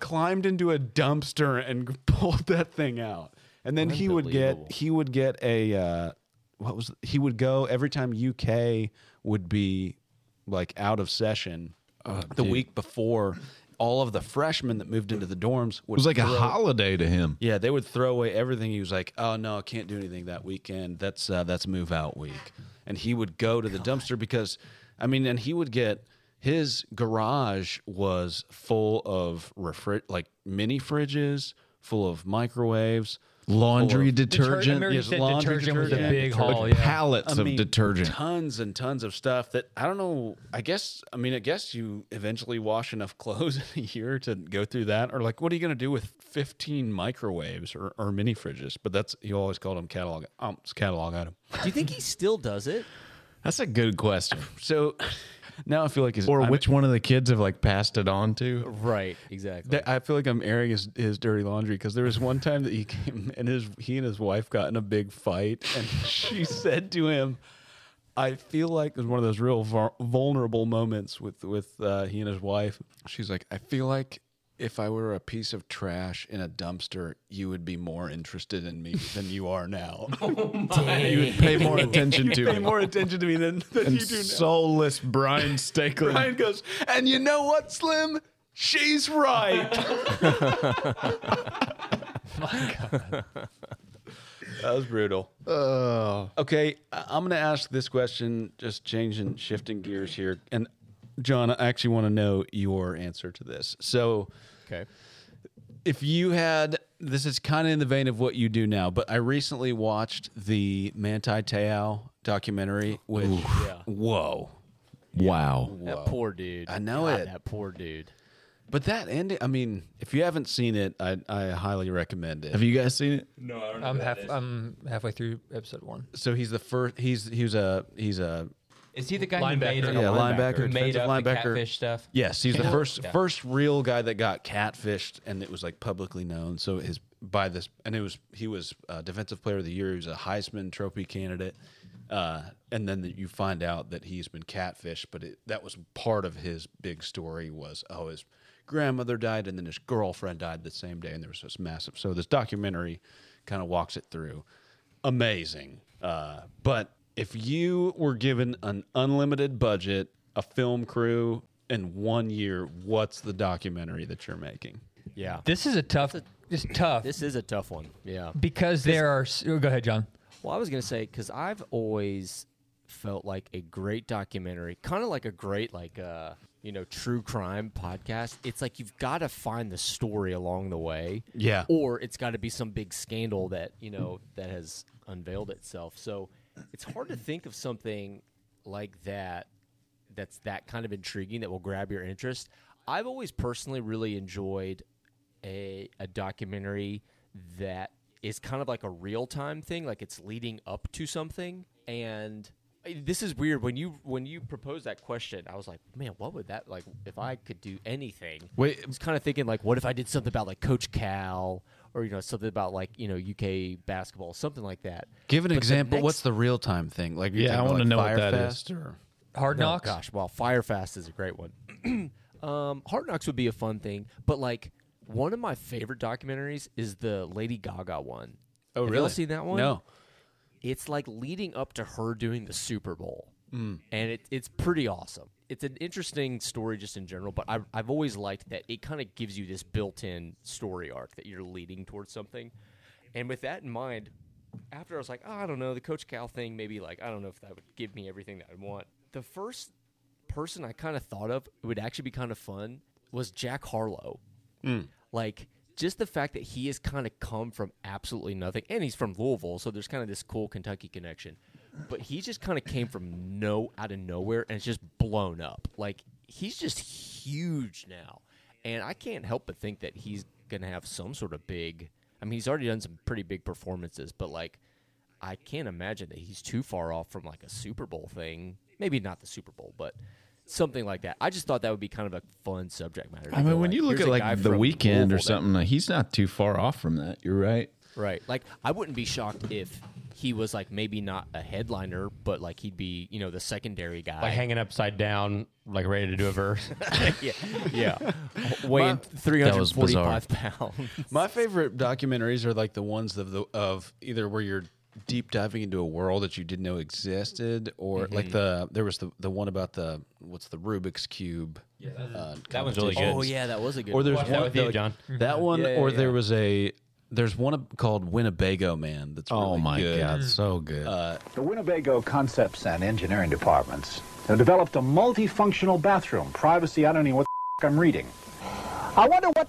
climbed into a dumpster and pulled that thing out and then he would get he would get a uh, what was he would go every time UK would be like out of session
Oh,
the week before all of the freshmen that moved into the dorms
it
would
was like a
throw-
holiday to him.
yeah they would throw away everything he was like oh no I can't do anything that weekend that's uh, that's move out week and he would go to the dumpster because I mean and he would get his garage was full of refri- like mini fridges full of microwaves
Laundry
full of-
detergent. Detergent.
yes,
You said
laundry
detergent was a big
detergent.
haul, Like yeah. pallets of detergent.
Tons and tons of stuff that I don't know. I guess I mean I guess you eventually wash enough clothes in a year to go through that, or like what are you going to do with fifteen microwaves or, or mini fridges? But that's you always called them catalog. Um, it's a catalog item.
Do you think he still does it?
That's a good question.
So now I feel like it's
Or
I'm-
which one of the kids have like passed it on to?
Right, exactly.
That- I feel like I'm airing his, his dirty laundry because there was one time that he came and his he and his wife got in a big fight, and she said to him, "I feel like it was one of those real vul- vulnerable moments with with uh, he and his wife." She's like, "I feel like." If I were a piece of trash in a dumpster, you would be more interested in me than you are now. you would pay more attention to
Pay
me. more attention to me than, than
And soulless Brian Stakelin.
Brian goes, and you know what, Slim? She's right. that was brutal. Uh. okay, I- I'm going to ask this question, just changing, shifting gears here. And John, I actually want to know your answer to this. So, okay, if you had this is kind of in the vein of what you do now, but I recently watched the Manti Te'o documentary, which whoa,
Wow.
That poor dude.
I know
God,
it.
That poor dude.
But that ending, I mean, if you haven't seen it, I, I highly recommend it.
Have you guys seen it?
No, I don't
I'm half. I'm halfway through episode one.
So he's the first. He's he's a he's a
Is he the guy
Linebacker.
who made
yeah
up-
linebacker,
who made
defensive
up
linebacker
the catfish stuff?
Yes, he's the
Yeah.
first
Yeah.
first real guy that got catfished, and it was like publicly known. So his by this, and it was he was uh, defensive player of the year. He was a Heisman Trophy candidate, uh, and then that you find out that he's been catfished. But it, that was part of his big story was oh his grandmother died, and then his girlfriend died the same day, and there was this massive. So this documentary kind of walks it through amazing. Uh, but if you were given an unlimited budget, a film crew, and one year, what's the documentary that you're making?
Yeah.
This is a tough. It's tough
This is a tough one. Yeah.
because there are. s- oh, Go ahead, John.
Well, I was gonna say because I've always felt like a great documentary, kind of like a great like uh you know true crime podcast. It's like you've got to find the story along the way,
Yeah.
or it's got to be some big scandal that you know that has unveiled itself. So it's hard to think of something like that that's that kind of intriguing that will grab your interest. I've always personally really enjoyed a a documentary that is kind of like a real time thing, like it's leading up to something. And eh, this is weird when you when you proposed that question, I was like, man, what would that like if I could do anything?
Wait.
I was kind of thinking like, what if I did something about like Coach Cal or you know something about like you know UK basketball, something like that.
Give an
But the
example.
next-
what's the real time thing? Like,
Yeah, I
want
wanna
to
know what that is.
Firefest Or?
Hard
No,
knocks.
Gosh, well, Firefast is a great one. um, Hard Knocks would be a fun thing, but like one of my favorite documentaries is the Lady Gaga one.
Oh,
Have
really?
Y'all seen that one?
No.
It's like leading up to her doing the Super Bowl, and it, it's pretty awesome. It's an interesting story just in general, but I, I've always liked that it kind of gives you this built-in story arc that you're leading towards something. And with that in mind, after I was like, oh, I don't know, the Coach Cal thing, maybe like I don't know if that would give me everything that I want. The first person I kind of thought of it would actually be kind of fun was Jack Harlow. Like just the fact that he has kind of come from absolutely nothing, and he's from Louisville, so there's kind of this cool Kentucky connection. but he just kind of came from no out of nowhere and it's just blown up. Like he's just huge now, and I can't help but think that he's gonna have some sort of big. I mean, he's already done some pretty big performances, but like, I can't imagine that he's too far off from like a Super Bowl thing. Maybe not the Super Bowl, but something like that. I just thought that would be kind of a fun subject matter. to
I
go,
mean, when you look
here's
at
a guy
like the
from
weekend
Louisville
or
that-
something, like, he's not too far off from that. You're right.
Right. Like I wouldn't be shocked if he was like maybe not a headliner, but like he'd be, you know, the secondary guy.
Like hanging upside down, like ready to do a verse.
yeah. Yeah. Weighing
That was bizarre.
345 pounds.
My favorite documentaries are like the ones of the of either where you're deep diving into a world that you didn't know existed, or like
Mhm.
the there was the the one about the what's the Rubik's cube. uh, Yeah,
that one's really good.
Oh, yeah, that was a good
Or
one.
there's
Watch
one
that with you,
like,
John.
That one,
Yeah, yeah,
or there
yeah.
was a there's one ab- called Winnebago Man. That's
Oh
really
my
good. Uh,
God, so good.
The Winnebago Concepts and Engineering Departments have developed a multifunctional bathroom. Privacy, I don't even know what the f- I'm reading. I wonder what the f-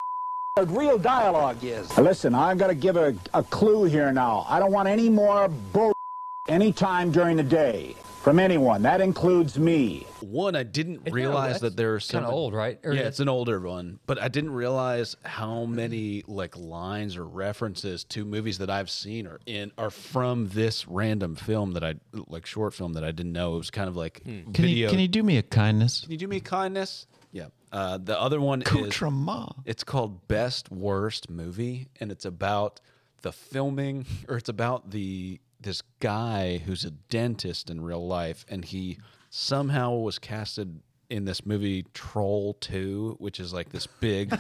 a real dialogue is. Listen, I'm going to give a, a clue here now. I don't want any more bull anytime during the day from anyone. That includes me.
One, I didn't
that- that's
realize that there are some
kinda old, right? Or
yeah,
is it-
it's an older one, but I didn't realize how many like lines or references to movies that I've seen are in are from this random film that I like short film that I didn't know. It was kind of like
Can
video.
you can you do me a kindness?
Can you do me a kindness? Yeah. Uh, the other one is it's called Best Worst Movie, and it's about the filming, or it's about the this guy who's a dentist in real life, and he somehow was casted in this movie Troll Two, which is like this big,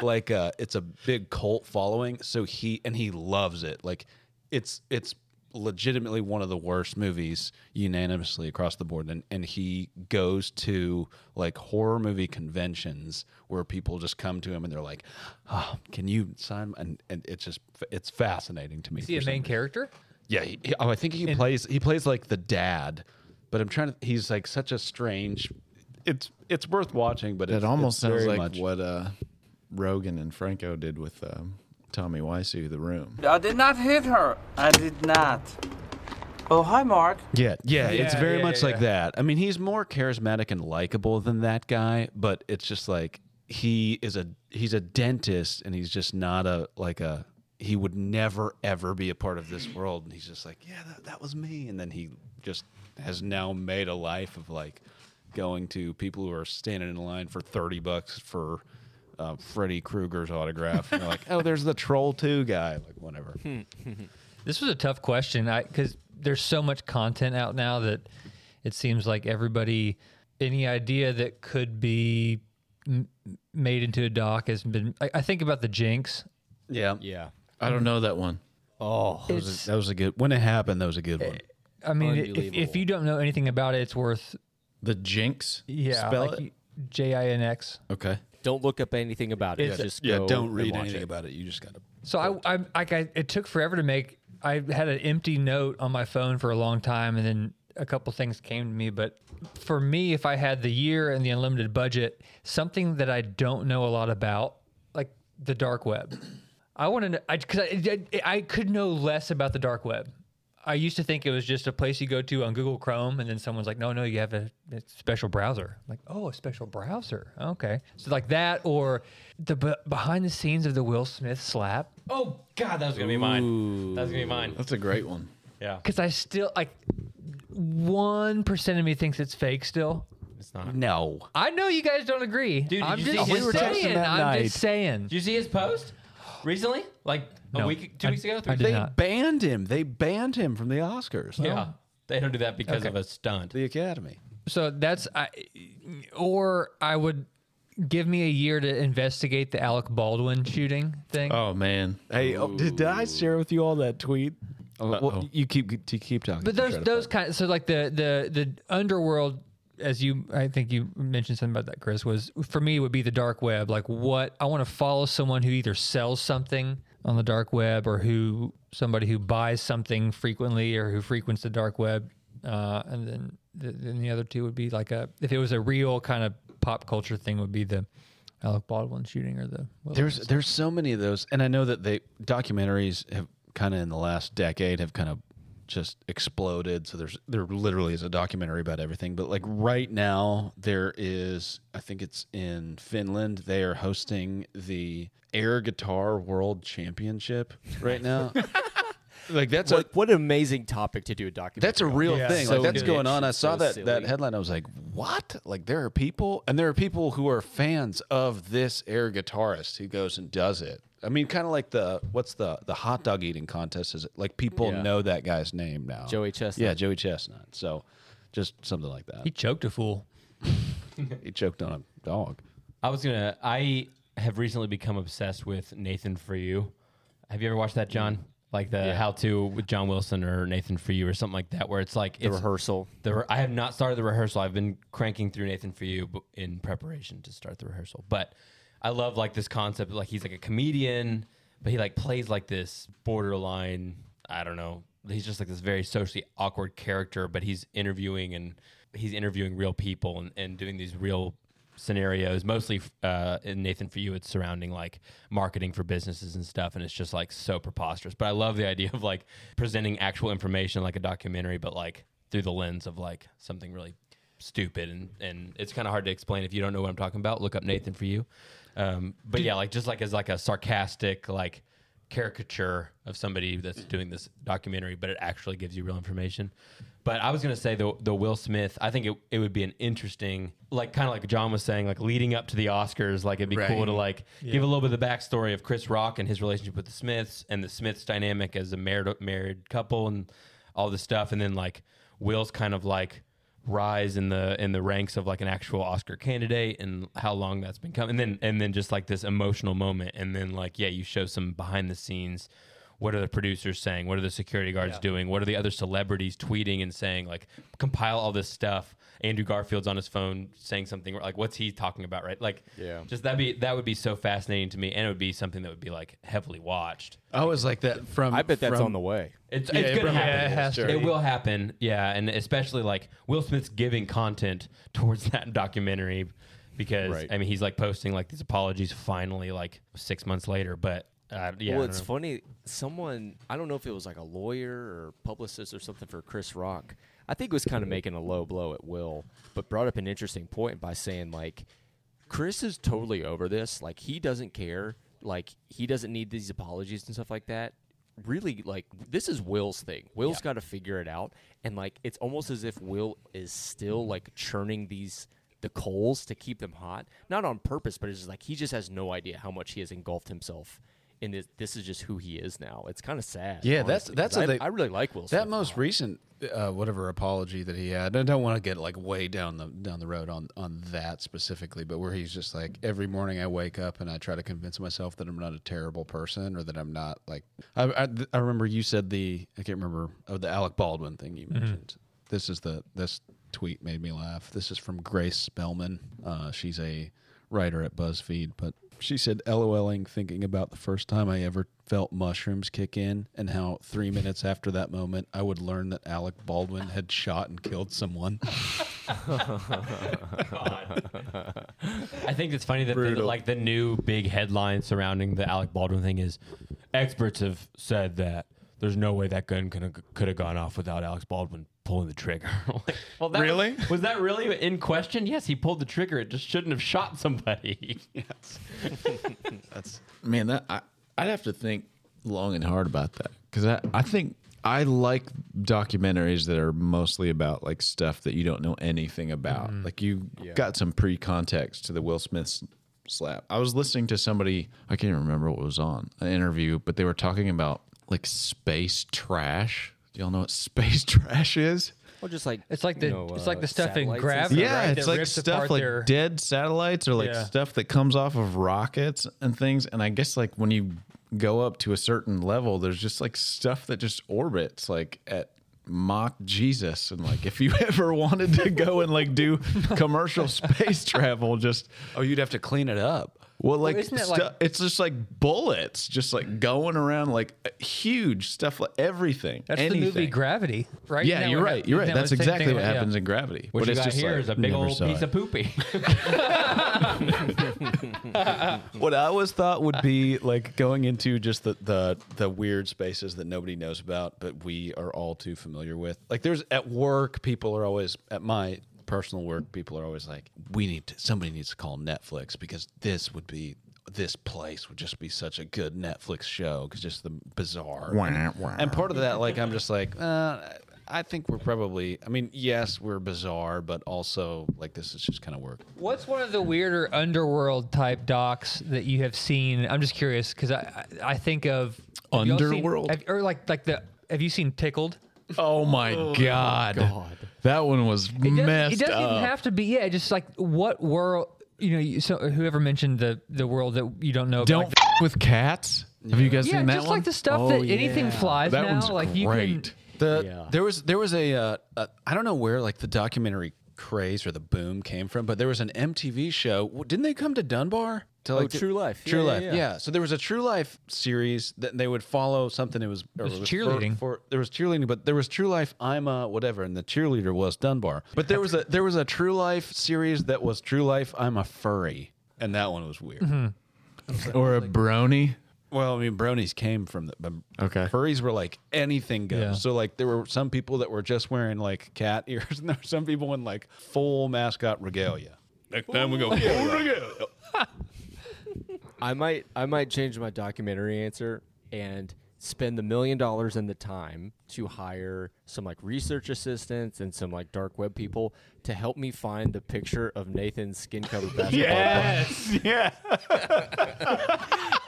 like uh, it's a big cult following. So he and he loves it. Like it's it's legitimately one of the worst movies unanimously across the board and, and he goes to like horror movie conventions where people just come to him and they're like oh, can you sign and, and it's just it's fascinating to me
Is he
for
a
some
main
reason.
character?
yeah he, he- oh, i think he plays he plays like the dad but i'm trying to he's like such a strange it's it's worth watching but
That
it's,
almost
it's
sounds like
very much-
what uh, Rogan and Franco did with um, Tommy Wiseau, The Room.
I did not hit her. I did not. Oh, hi, Mark.
Yeah, yeah, it's
Yeah,
very
yeah,
much
yeah.
like that. I mean, he's more charismatic and likable than that guy, but it's just like he is a he's a dentist and he's just not a like a he would never ever be a part of this world and he's just like, yeah, that, that was me and then he just has now made a life of like going to people who are standing in line for 30 bucks for uh, Freddy Krueger's autograph. And they're like, oh, there's the troll 2 guy, like whatever.
Hmm.
This was a tough question because there's so much content out now that it seems like everybody, any idea that could be m- made into a doc has been. I, I think about the Jinx.
Yeah.
Yeah.
I don't know that one.
Oh, that
It's-
was, a, that was a good. When it happened, that was a good one.
I mean, if, if you don't know anything about it, it's worth.
The Jinx?
Yeah.
Spell it?
J I N X.
Okay.
Don't look up anything about it.
It's-
just
yeah,
go
don't
and
read
watch
anything about it. You just gotta.
So I, I, like I, it took forever to make. I had an empty note on my phone for a long time, and then a couple things came to me. But for me, if I had the year and the unlimited budget, something that I don't know a lot about, like the dark web, I want to. know I, cause I, I, I could know less about the dark web. I used to think it was just a place you go to on Google Chrome, and then someone's like, "No, no, you have a, a special browser." I'm like, oh, a special browser. Okay, so like that, or the b- behind the scenes of the Will Smith slap.
Oh God, that was gonna be mine. That was gonna be mine.
That's a great one.
Yeah,
Because I still like one percent of me thinks it's fake. Still,
it's not.
No.
I know you guys don't agree.
Dude,
I'm
did you
just
see his
saying. I'm just saying.
Did you see his post recently? Like a
No,
week, two
I-
weeks ago, three
I
weeks
did
ago?
not.
banned him. They banned him from the Oscars.
yeah, they don't do that because
Okay.
of a stunt.
The Academy.
So that's I, or I would give me a year to investigate the Alec Baldwin shooting thing.
Oh man. Hey, oh, did I share with you all that tweet?
Well, you keep you keep talking.
But those those kind so like the the the underworld as you I think you mentioned something about that Chris was for me would be the dark web like what I want to follow someone who either sells something on the dark web or who somebody who buys something frequently or who frequents the dark web uh, and then the, then the other two would be like a if it was a real kind of pop culture thing would be the Alec Baldwin shooting or the
There's there's so many of those, and I know that they documentaries have kind of in the last decade have kind of just exploded. So there's there literally is a documentary about everything. But like right now, there is I think it's in Finland. They are hosting the Air Guitar World Championship right now. like that's
what,
a
what an amazing topic to do a documentary.
that's a real
on.
thing.
So
like that's
good.
going on. I saw
So
that
silly.
that headline. I was like, what? Like there are people, and there are people who are fans of this air guitarist who goes and does it. I mean, kind of like the what's the the hot dog eating contest? Is it like people
Yeah.
know that guy's name now?
Joey Chestnut.
Yeah, Joey Chestnut. So just something like that.
He choked a fool.
he choked on a dog.
I was gonna. I have recently become obsessed with Nathan for You. Have you ever watched that, John? Like the how to with John Wilson or Nathan for You or something like that, where it's like
The
it's-
rehearsal.
The re- I have not started the rehearsal. I've been cranking through Nathan for You b- in preparation to start the rehearsal. But I love like this concept. Like he's like a comedian, but he like plays like this borderline. I don't know. He's just like this very socially awkward character, but he's interviewing and he's interviewing real people and, and doing these real scenarios mostly uh in nathan for you it's surrounding like marketing for businesses and stuff and it's just like so preposterous but i love the idea of like presenting actual information like a documentary but like through the lens of like something really stupid and and it's kind of hard to explain if you don't know what i'm talking about look up nathan for you um but yeah like just like as like a sarcastic like caricature of somebody that's doing this documentary, but it actually gives you real information. But I was gonna say the the Will Smith. I think it, it would be an interesting, like kind of like John was saying, like leading up to the Oscars. Like it'd be cool
Right.
to like
Yeah.
give a little bit of the backstory of Chris Rock and his relationship with the Smiths and the Smiths dynamic as a married married couple and all this stuff, and then like Will's kind of like rise in the in the ranks of like an actual Oscar candidate and how long that's been coming. And then and then just like this emotional moment and then like yeah, you show some behind the scenes what are the producers saying? What are the security guards
Yeah.
doing? What are the other celebrities tweeting and saying like compile all this stuff. Andrew Garfield's on his phone saying something like what's he talking about, right? Like
Yeah.
just that be that would be so fascinating to me and it would be something that would be like heavily watched.
I was like that from.
I bet that's
from-
on the way. It's,
Yeah,
it's gonna
probably
happen.
is,
It,
sure.
will happen. Yeah, and especially like Will Smith's giving content towards that documentary because
Right.
I mean he's like posting like these apologies finally like six months later. But uh, yeah,
well,
I don't
it's
know.
funny. Someone I don't know if it was like a lawyer or publicist or something for Chris Rock. I think was kind of making a low blow at Will, but brought up an interesting point by saying like, Chris is totally over this. Like he doesn't care. Like he doesn't need these apologies and stuff like that. Really, like this is Will's thing. Will's got to figure it out, and like it's almost as if Will is still like churning these the coals to keep them hot, not on purpose, but it's just like he just has no idea how much he has engulfed himself and this, this is just who he is now. It's kind of sad.
Yeah,
honestly,
that's that's
'cause
a
I
thing.
I really like Will.
That most recent uh, whatever apology that he had. I don't want to get like way down the down the road on on that specifically, but where he's just like every morning I wake up and I try to convince myself that I'm not a terrible person or that I'm not like I I, th- I remember you said the I can't remember oh the Alec Baldwin thing you
Mhm.
mentioned. This is the this tweet made me laugh. This is from Grace Spellman. Uh, she's a writer at BuzzFeed, but she said, LOLing, thinking about the first time I ever felt mushrooms kick in and how three minutes after that moment, I would learn that Alec Baldwin had shot and killed someone.
I think it's funny that the, like the new big headline surrounding the Alec Baldwin thing is experts have said that there's no way that gun could have gone off without Alex Baldwin pulling the trigger. Like, well, that really was, that really in question? Yes, he pulled the trigger. It just shouldn't have shot somebody. yes.
That's man. That I, I'd have to think long and hard about that because I, I think I like documentaries that are mostly about like stuff that you don't know anything about.
Mhm.
Like you
Yeah.
got some pre context to the Will Smith s- slap. I was listening to somebody I can't remember what was on an interview, but they were talking about like space trash. Do y'all know what space trash is?
Well, just like
it's like the
you know,
it's
uh,
like the stuff in
satellites and
gravity.
Yeah,
right?
it's
that
like
rips
stuff
apart
like
their-
dead satellites or like
Yeah.
stuff that comes off of rockets and things. And I guess like when you go up to a certain level, there's just like stuff that just orbits like at mock Jesus. And like if you ever wanted to go and like do commercial space travel, just
oh, you'd have to clean it up.
Well, like,
isn't it
stu-
like-
it's just like bullets, just like going around, like uh, huge stuff, like everything.
That's
anything.
the movie Gravity, right?
Yeah,
Isn't that
you're
what
right.
hap-
You're right.
isn't that
That's
what the thing-
exactly
thing-
what
yeah.
happens in Gravity.
What
but
you
it's
got
just
here
like,
is a big
never
old
saw
piece
it.
of poopy.
what I always thought would be like going into just the, the the weird spaces that nobody knows about, but we are all too familiar with. Like there's at work, people are always at my personal work, people are always like, we need to, somebody needs to call Netflix because this would be this place would just be such a good Netflix show because just the bizarre
Wah, wah.
and part of that, like I'm just like. Uh, I think we're probably. I mean, yes, we're bizarre, but also like this is just kind of work.
What's one of the weirder underworld type docs that you have seen? I'm just curious because I, I I think of have y'all seen-
Underworld?
have- or like like the have you seen Tickled?
Oh my god. that one was
It doesn't-
messed
It doesn't
up.
even have to be. Yeah, just like what world? You know, you- so whoever mentioned the the world that you don't know.
Don't
about, like,
f- with cats. Have you guys
Yeah,
seen that
just
one?
like the stuff Oh, that anything yeah. flies
That
now,
one's
like,
great.
you can-
the there was there was a, uh, a I don't know where like the documentary craze or the boom came from, but there was an MTV show. W- Didn't they come to Dunbar? To,
Oh,
like,
True Life.
True
Yeah, yeah,
Life.
yeah.
Yeah. So there was a True Life series that they would follow something. It was, or
was
for-
cheerleading.
For, there was cheerleading, but there was True Life. I'm a whatever, and the cheerleader was Dunbar. But there was a there was a True Life series that was True Life. I'm a furry, and that one was weird.
Or a brony.
Well, I mean, bronies came from the but
Okay.
Furries were like anything goes.
Yeah.
So like there were some people that were just wearing like cat ears, and there were some people in like full mascot regalia.
Next time we go full regalia.
I might I might change my documentary answer and spend the million dollars and the time to hire some like research assistants and some like dark web people to help me find the picture of Nathan's skin covered basketball. player.
yeah.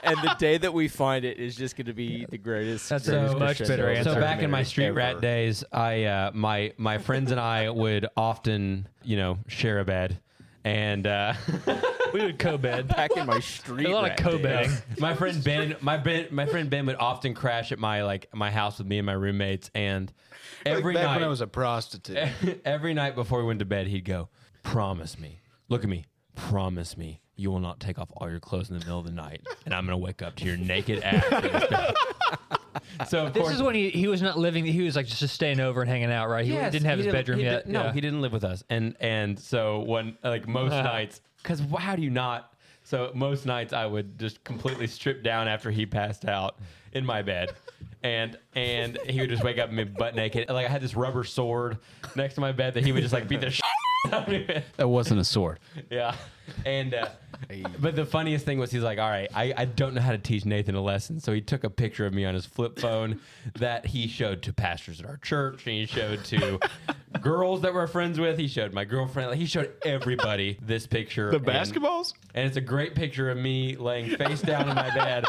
and the day that we find it is just going to be the greatest.
That's
greatest
so much
crescendo
better
of
answer.
So back in my
documentary
street
ever.
rat days, I uh, my my friends and I would often, you know, share a bed, and uh, we would co-bed.
Back in my street,
A lot of rat co-bedding. days.
My friend Ben, my Ben, my friend Ben would often crash at my like my house with me and my roommates, and every
back
night
when I was a prostitute.
every night before we went to bed, he'd go, "Promise me, look at me, promise me." You will not take off all your clothes in the middle of the night, and I'm gonna wake up to your naked ass. in this bed." so of
This
course,
is when he, he was not living. He was like just staying over and hanging out, right? He
Yes,
didn't have
he
his bedroom
he
yet.
did- no,
yeah.
he didn't live with us, and and so when like most nights, because how do you not? So most nights I would just completely strip down after he passed out in my bed, and and he would just wake up and be butt naked. Like I had this rubber sword next to my bed that he would just like beat the shit out of me. with.
That wasn't a sword.
Yeah. And, uh, but the funniest thing was he's like, all right, I, I don't know how to teach Nathan a lesson. So he took a picture of me on his flip phone that he showed to pastors at our church and he showed to girls that we're friends with. He showed my girlfriend. Like, he showed everybody this picture.
The
and-
basketballs?
And it's a great picture of me laying face down in my bed.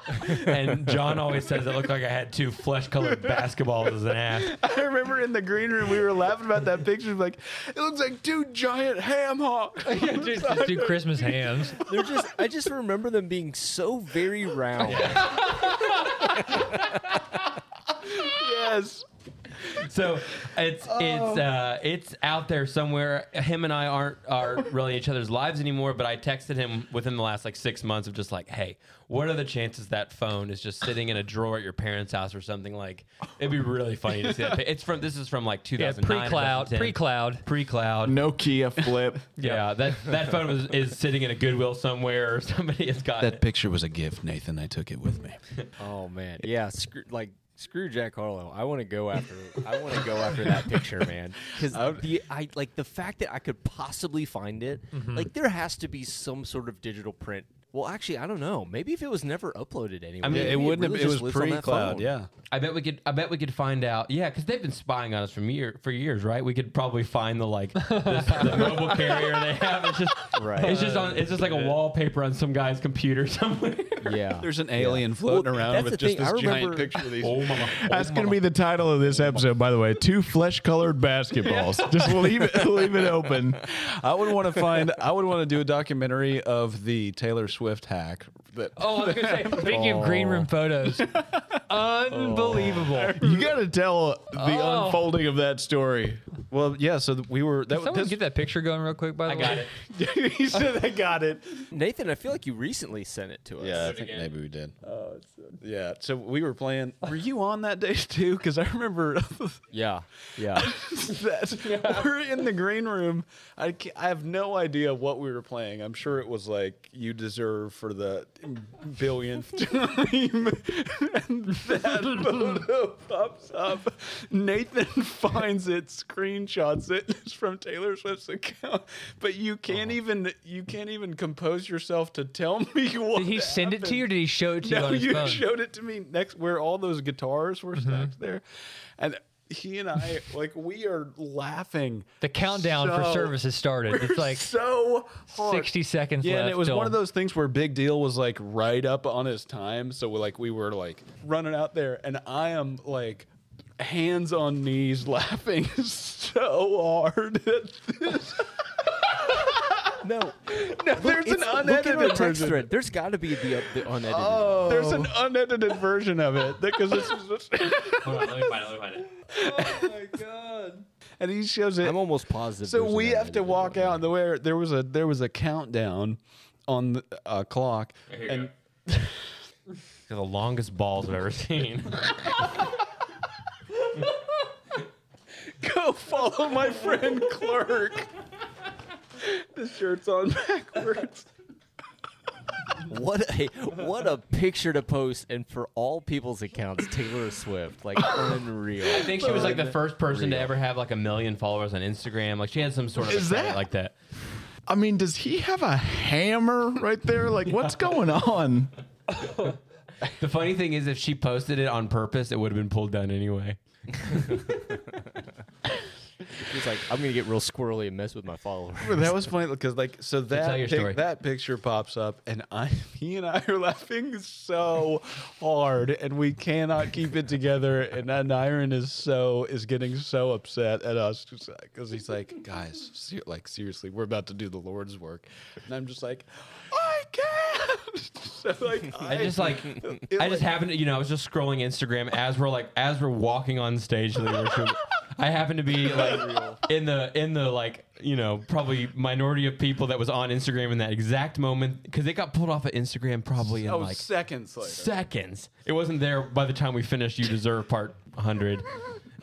And John always says I look like I had two flesh colored basketballs as an ass.
I remember in the green room we were laughing about that picture. Like it looks like two giant ham hocks.
Just do Christmas hams.
They're just I just remember them being so very round.
yes.
So it's it's uh, it's out there somewhere. Him and I aren't are really in each other's lives anymore. But I texted him within the last like six months of just like, hey, what are the chances that phone is just sitting in a drawer at your parents' house or something? Like it'd be really funny to see that. It's from this is from like 2009,
pre-cloud,
2010.
pre-cloud,
pre-cloud.
Nokia flip.
Yeah, that that phone was, is sitting in a Goodwill somewhere, or somebody has got
That
it.
picture was a gift, Nathan. I took it with me.
Oh man, yeah, screw, like screw Jack Harlow. I want to go after. I want to go after that picture, man. Because the I like the fact that I could possibly find it.
Mhm.
Like there has to be some sort of digital print. Well, actually, I don't know. Maybe if it was never uploaded anywhere.
I mean,
maybe
it wouldn't
really just lives on that phone.
I bet we could. I bet we could find out. Yeah, because they've been spying on us from year for years, right? We could probably find the like this, the mobile carrier they have. It's just
Right.
It's just on. It's just like a wallpaper on some guy's computer somewhere.
Yeah.
There's an alien floating around
that's
with
the
just
thing,
this
I
giant
remember-
picture of these.
Oh, mama.
That's
gonna
be
the title of this episode, by the way. Two flesh-colored basketballs. Just leave it, leave it open.
I would want to find. I would want to do a documentary of the Taylor Swift hack. That
Oh, I was gonna say. Speaking of green room photos, unbelievable.
you got to tell the
Oh.
unfolding of that story. Well, yeah. So th- we were. That
Did someone
was
get that picture going real quick? By the way,
it. he said I got it.
Nathan, I feel like you recently sent it to us.
Yeah, I think maybe we did. Oh, yeah. So we were playing. Were you on that day too? Because I remember.
yeah, yeah.
that we're in the green room. I, ca- I have no idea what we were playing. I'm sure it was like you deserve for the billionth time. and that photo pops up. Nathan finds it, screenshots it it's from Taylor Swift's account. But you can't
Oh.
even you can't even compose yourself to tell me what.
Did he send it to you or did he show it to you
No,
on his
you
phone?
showed it to me next where all those guitars were stacked there, and he and I like we are laughing.
The countdown for
So-
service has started. It's like
so hard.
60 seconds
Yeah,
left.
and it was
till-
one of those things where Big Deal was like right up on his time, so we like we were like running out there, and I am like hands on knees laughing so hard at this.
no,
no, there's an unedited version. Oh.
There's got to be the, the unedited.
There's an unedited version of it because it's just. Oh
Hold on, let me find it. Let me find it.
and he shows it.
I'm almost positive.
So
there's
we
another
have to walk out. The way there was a there was a countdown on the uh, clock,
Here you
and
They're the longest balls I've ever seen.
Go follow my friend Clerk. the shirt's on backwards.
What a what a picture to post, and for all people's accounts, Taylor Swift, like unreal.
I think she was like the first person to ever have like a million followers on Instagram. Like she had some sort of
Is
account
that-
like that.
I mean, does he have a hammer right there? Like, what's going on?
The funny thing is, if she posted it on purpose, it would have been pulled down anyway.
He's like, I'm gonna get real squirrely and mess with my followers.
that was funny because like so that
tell your
pic-
story.
that picture pops up and I he and I are laughing so hard and we cannot keep it together and then Iron is so is getting so upset at us because he's like guys ser- like seriously we're about to do the Lord's work and I'm just like I can't so like
I just like
it,
I just happened to you know I was just scrolling Instagram as we're like as we're walking on stage to the worship. I happened to be like in the in the like you know probably minority of people that was on Instagram in that exact moment because it got pulled off of Instagram probably in
oh
like
seconds later
seconds. It wasn't there by the time we finished. You deserve part hundred.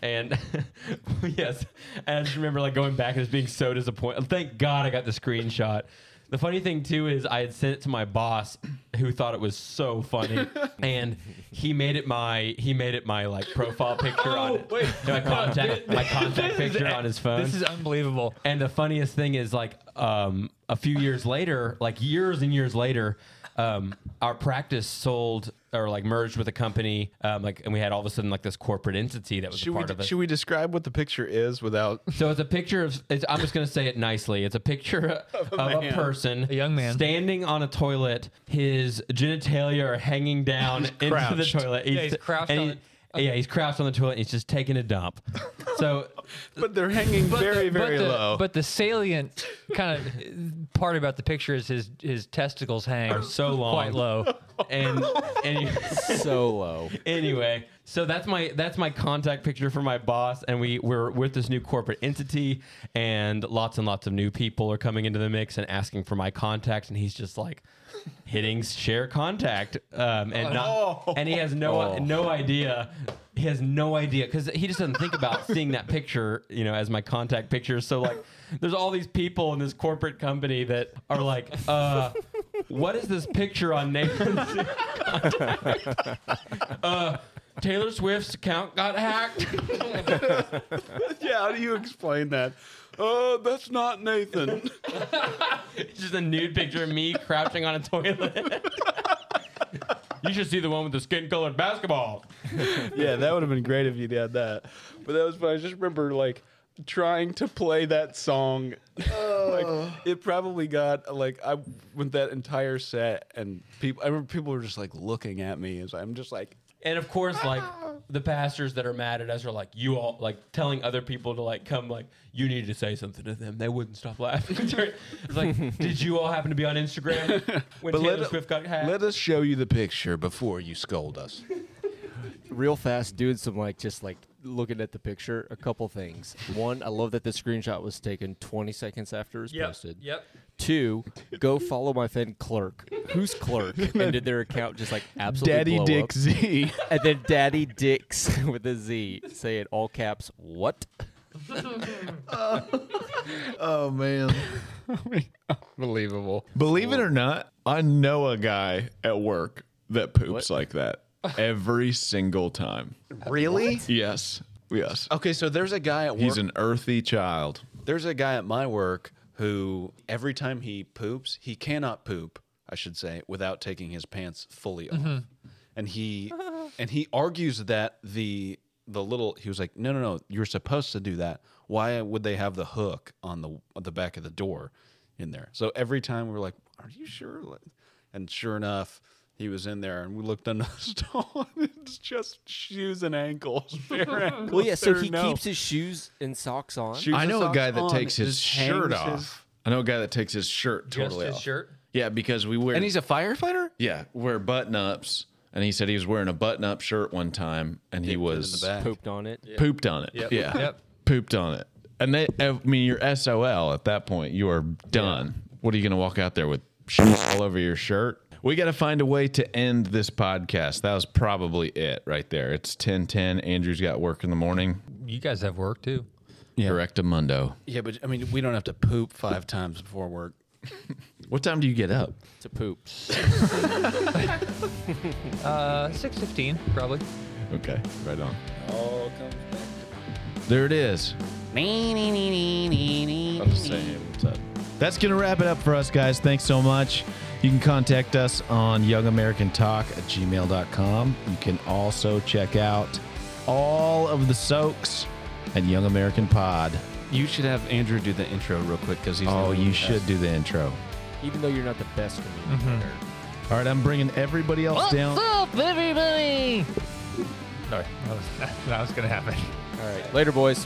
And yes, and I just remember like going back and just being so disappointed. Thank God I got the screenshot. The funny thing too is I had sent it to my boss, who thought it was so funny, and he made it my he made it my like profile picture on
Oh, wait.
my contact my contact
This is-
picture on his phone.
This is unbelievable.
And the funniest thing is, like, um, a few years later, like years and years later, um, our practice sold or like merged with a company, um, like, and we had all of a sudden like this corporate entity that was a
should
part of
we
it.
should we describe what the picture is without
so it's a picture of. It's, I'm just gonna say it nicely. It's a picture of
Of
a,
a man.
person, a young
man,
standing on a toilet. His genitalia are hanging down into the
crouched.
toilet.
Yeah, he's crouched
and
on
he- Yeah, he's crouched on the toilet. and He's just taking a dump. So,
but they're hanging very
but
very
the-
low
But the salient kind of uh, part about the picture is his his testicles hang
so long,
quite low.
and and he-
so low.
anyway, so that's my that's my contact picture for my boss, and we we're with this new corporate entity, and lots and lots of new people are coming into the mix and asking for my contact, and he's just like hitting share contact, um, and not, and he has no
Oh.
no idea. He has no idea because he just doesn't think about seeing that picture, you know, as my contact picture. So like, there's all these people in this corporate company that are like, uh, "What is this picture on Nathan's uh, Taylor Swift's account got hacked.
yeah, how do you explain that? Oh, that's not Nathan.
it's just a nude picture of me crouching on a toilet. you should see the one with the skin colored basketball.
yeah, that would have been great if you'd had that. But that was fun. I just remember like trying to play that song.
Oh.
like it probably got like I went that entire set and people I remember people were just like looking at me as I'm just like
And of course, like the pastors that are mad at us are like, you all like telling other people to like come, like, you need to say something to them. They wouldn't stop laughing. it's like, did you all happen to be on Instagram when
But
Taylor
let-
Swift got hacked?
let us show you the picture before you scold us.
real fast doing some like just like looking at the picture, a couple things. One, I love that this screenshot was taken 20 seconds after it was
Yep,
posted.
yep.
Two, go follow my friend Clerk. Who's Clerk? and did their account just like absolutely
Daddy
blow
Dick
up.
Z.
and then Daddy Dicks with a Z saying all caps, what?
oh man.
Unbelievable.
Believe it or not, I know a guy at work that poops like that every single time.
Really? Oh,
Yes. Yes.
Okay, so there's a guy at work.
He's an earthy child.
There's a guy at my work who every time he poops, he cannot poop, I should say, without taking his pants fully off.
Mhm.
And he and he argues that the the little he was like, "No, no, no, you're supposed to do that. Why would they have the hook on the on the back of the door in there?" So every time we were like, "Are you sure?" Like- And sure enough, he was in there and we looked under the stall and it's just shoes and ankles. bare ankles.
well, yeah, so
There are
he
no-
keeps his shoes and socks on.
I know a guy that
on,
takes
it
his
just
shirt
hangs
off.
his-
I know a guy that takes his shirt
Just
totally
his
off.
shirt?
Yeah, because we wear
And he's a firefighter?
yeah wear button ups, and he said he was wearing a button up shirt one time, and he was
pooped on it.
pooped on it.
Yep.
Yeah,
Yep.
pooped on it. And they, I mean, you're SOL at that point. You are done. What are you going to walk out there with shit all over your shirt? We got to find a way to end this podcast. That was probably it right there. It's ten ten. Andrew's got work in the morning.
You guys have work too.
Correctamundo.
Yeah, but I mean, we don't have to poop five times before work.
What time do you get up?
To poop.
Uh, six fifteen probably.
Okay, right on.
All comes back.
There it is. I'll just say hey, what's up. That's going to wrap it up for us, guys. Thanks so much. You can contact us on youngamericantalk at gmail.com. You can also check out all of the soaks at Young American Pod.
You should have Andrew do the intro real quick because he's.
Oh,
the
you
best.
should do the intro. Mm-hmm.
Even though you're not the best comedian.
All right, I'm bringing everybody else down.
up, everybody? Sorry, that was, that was gonna happen.
All right. Later, boys.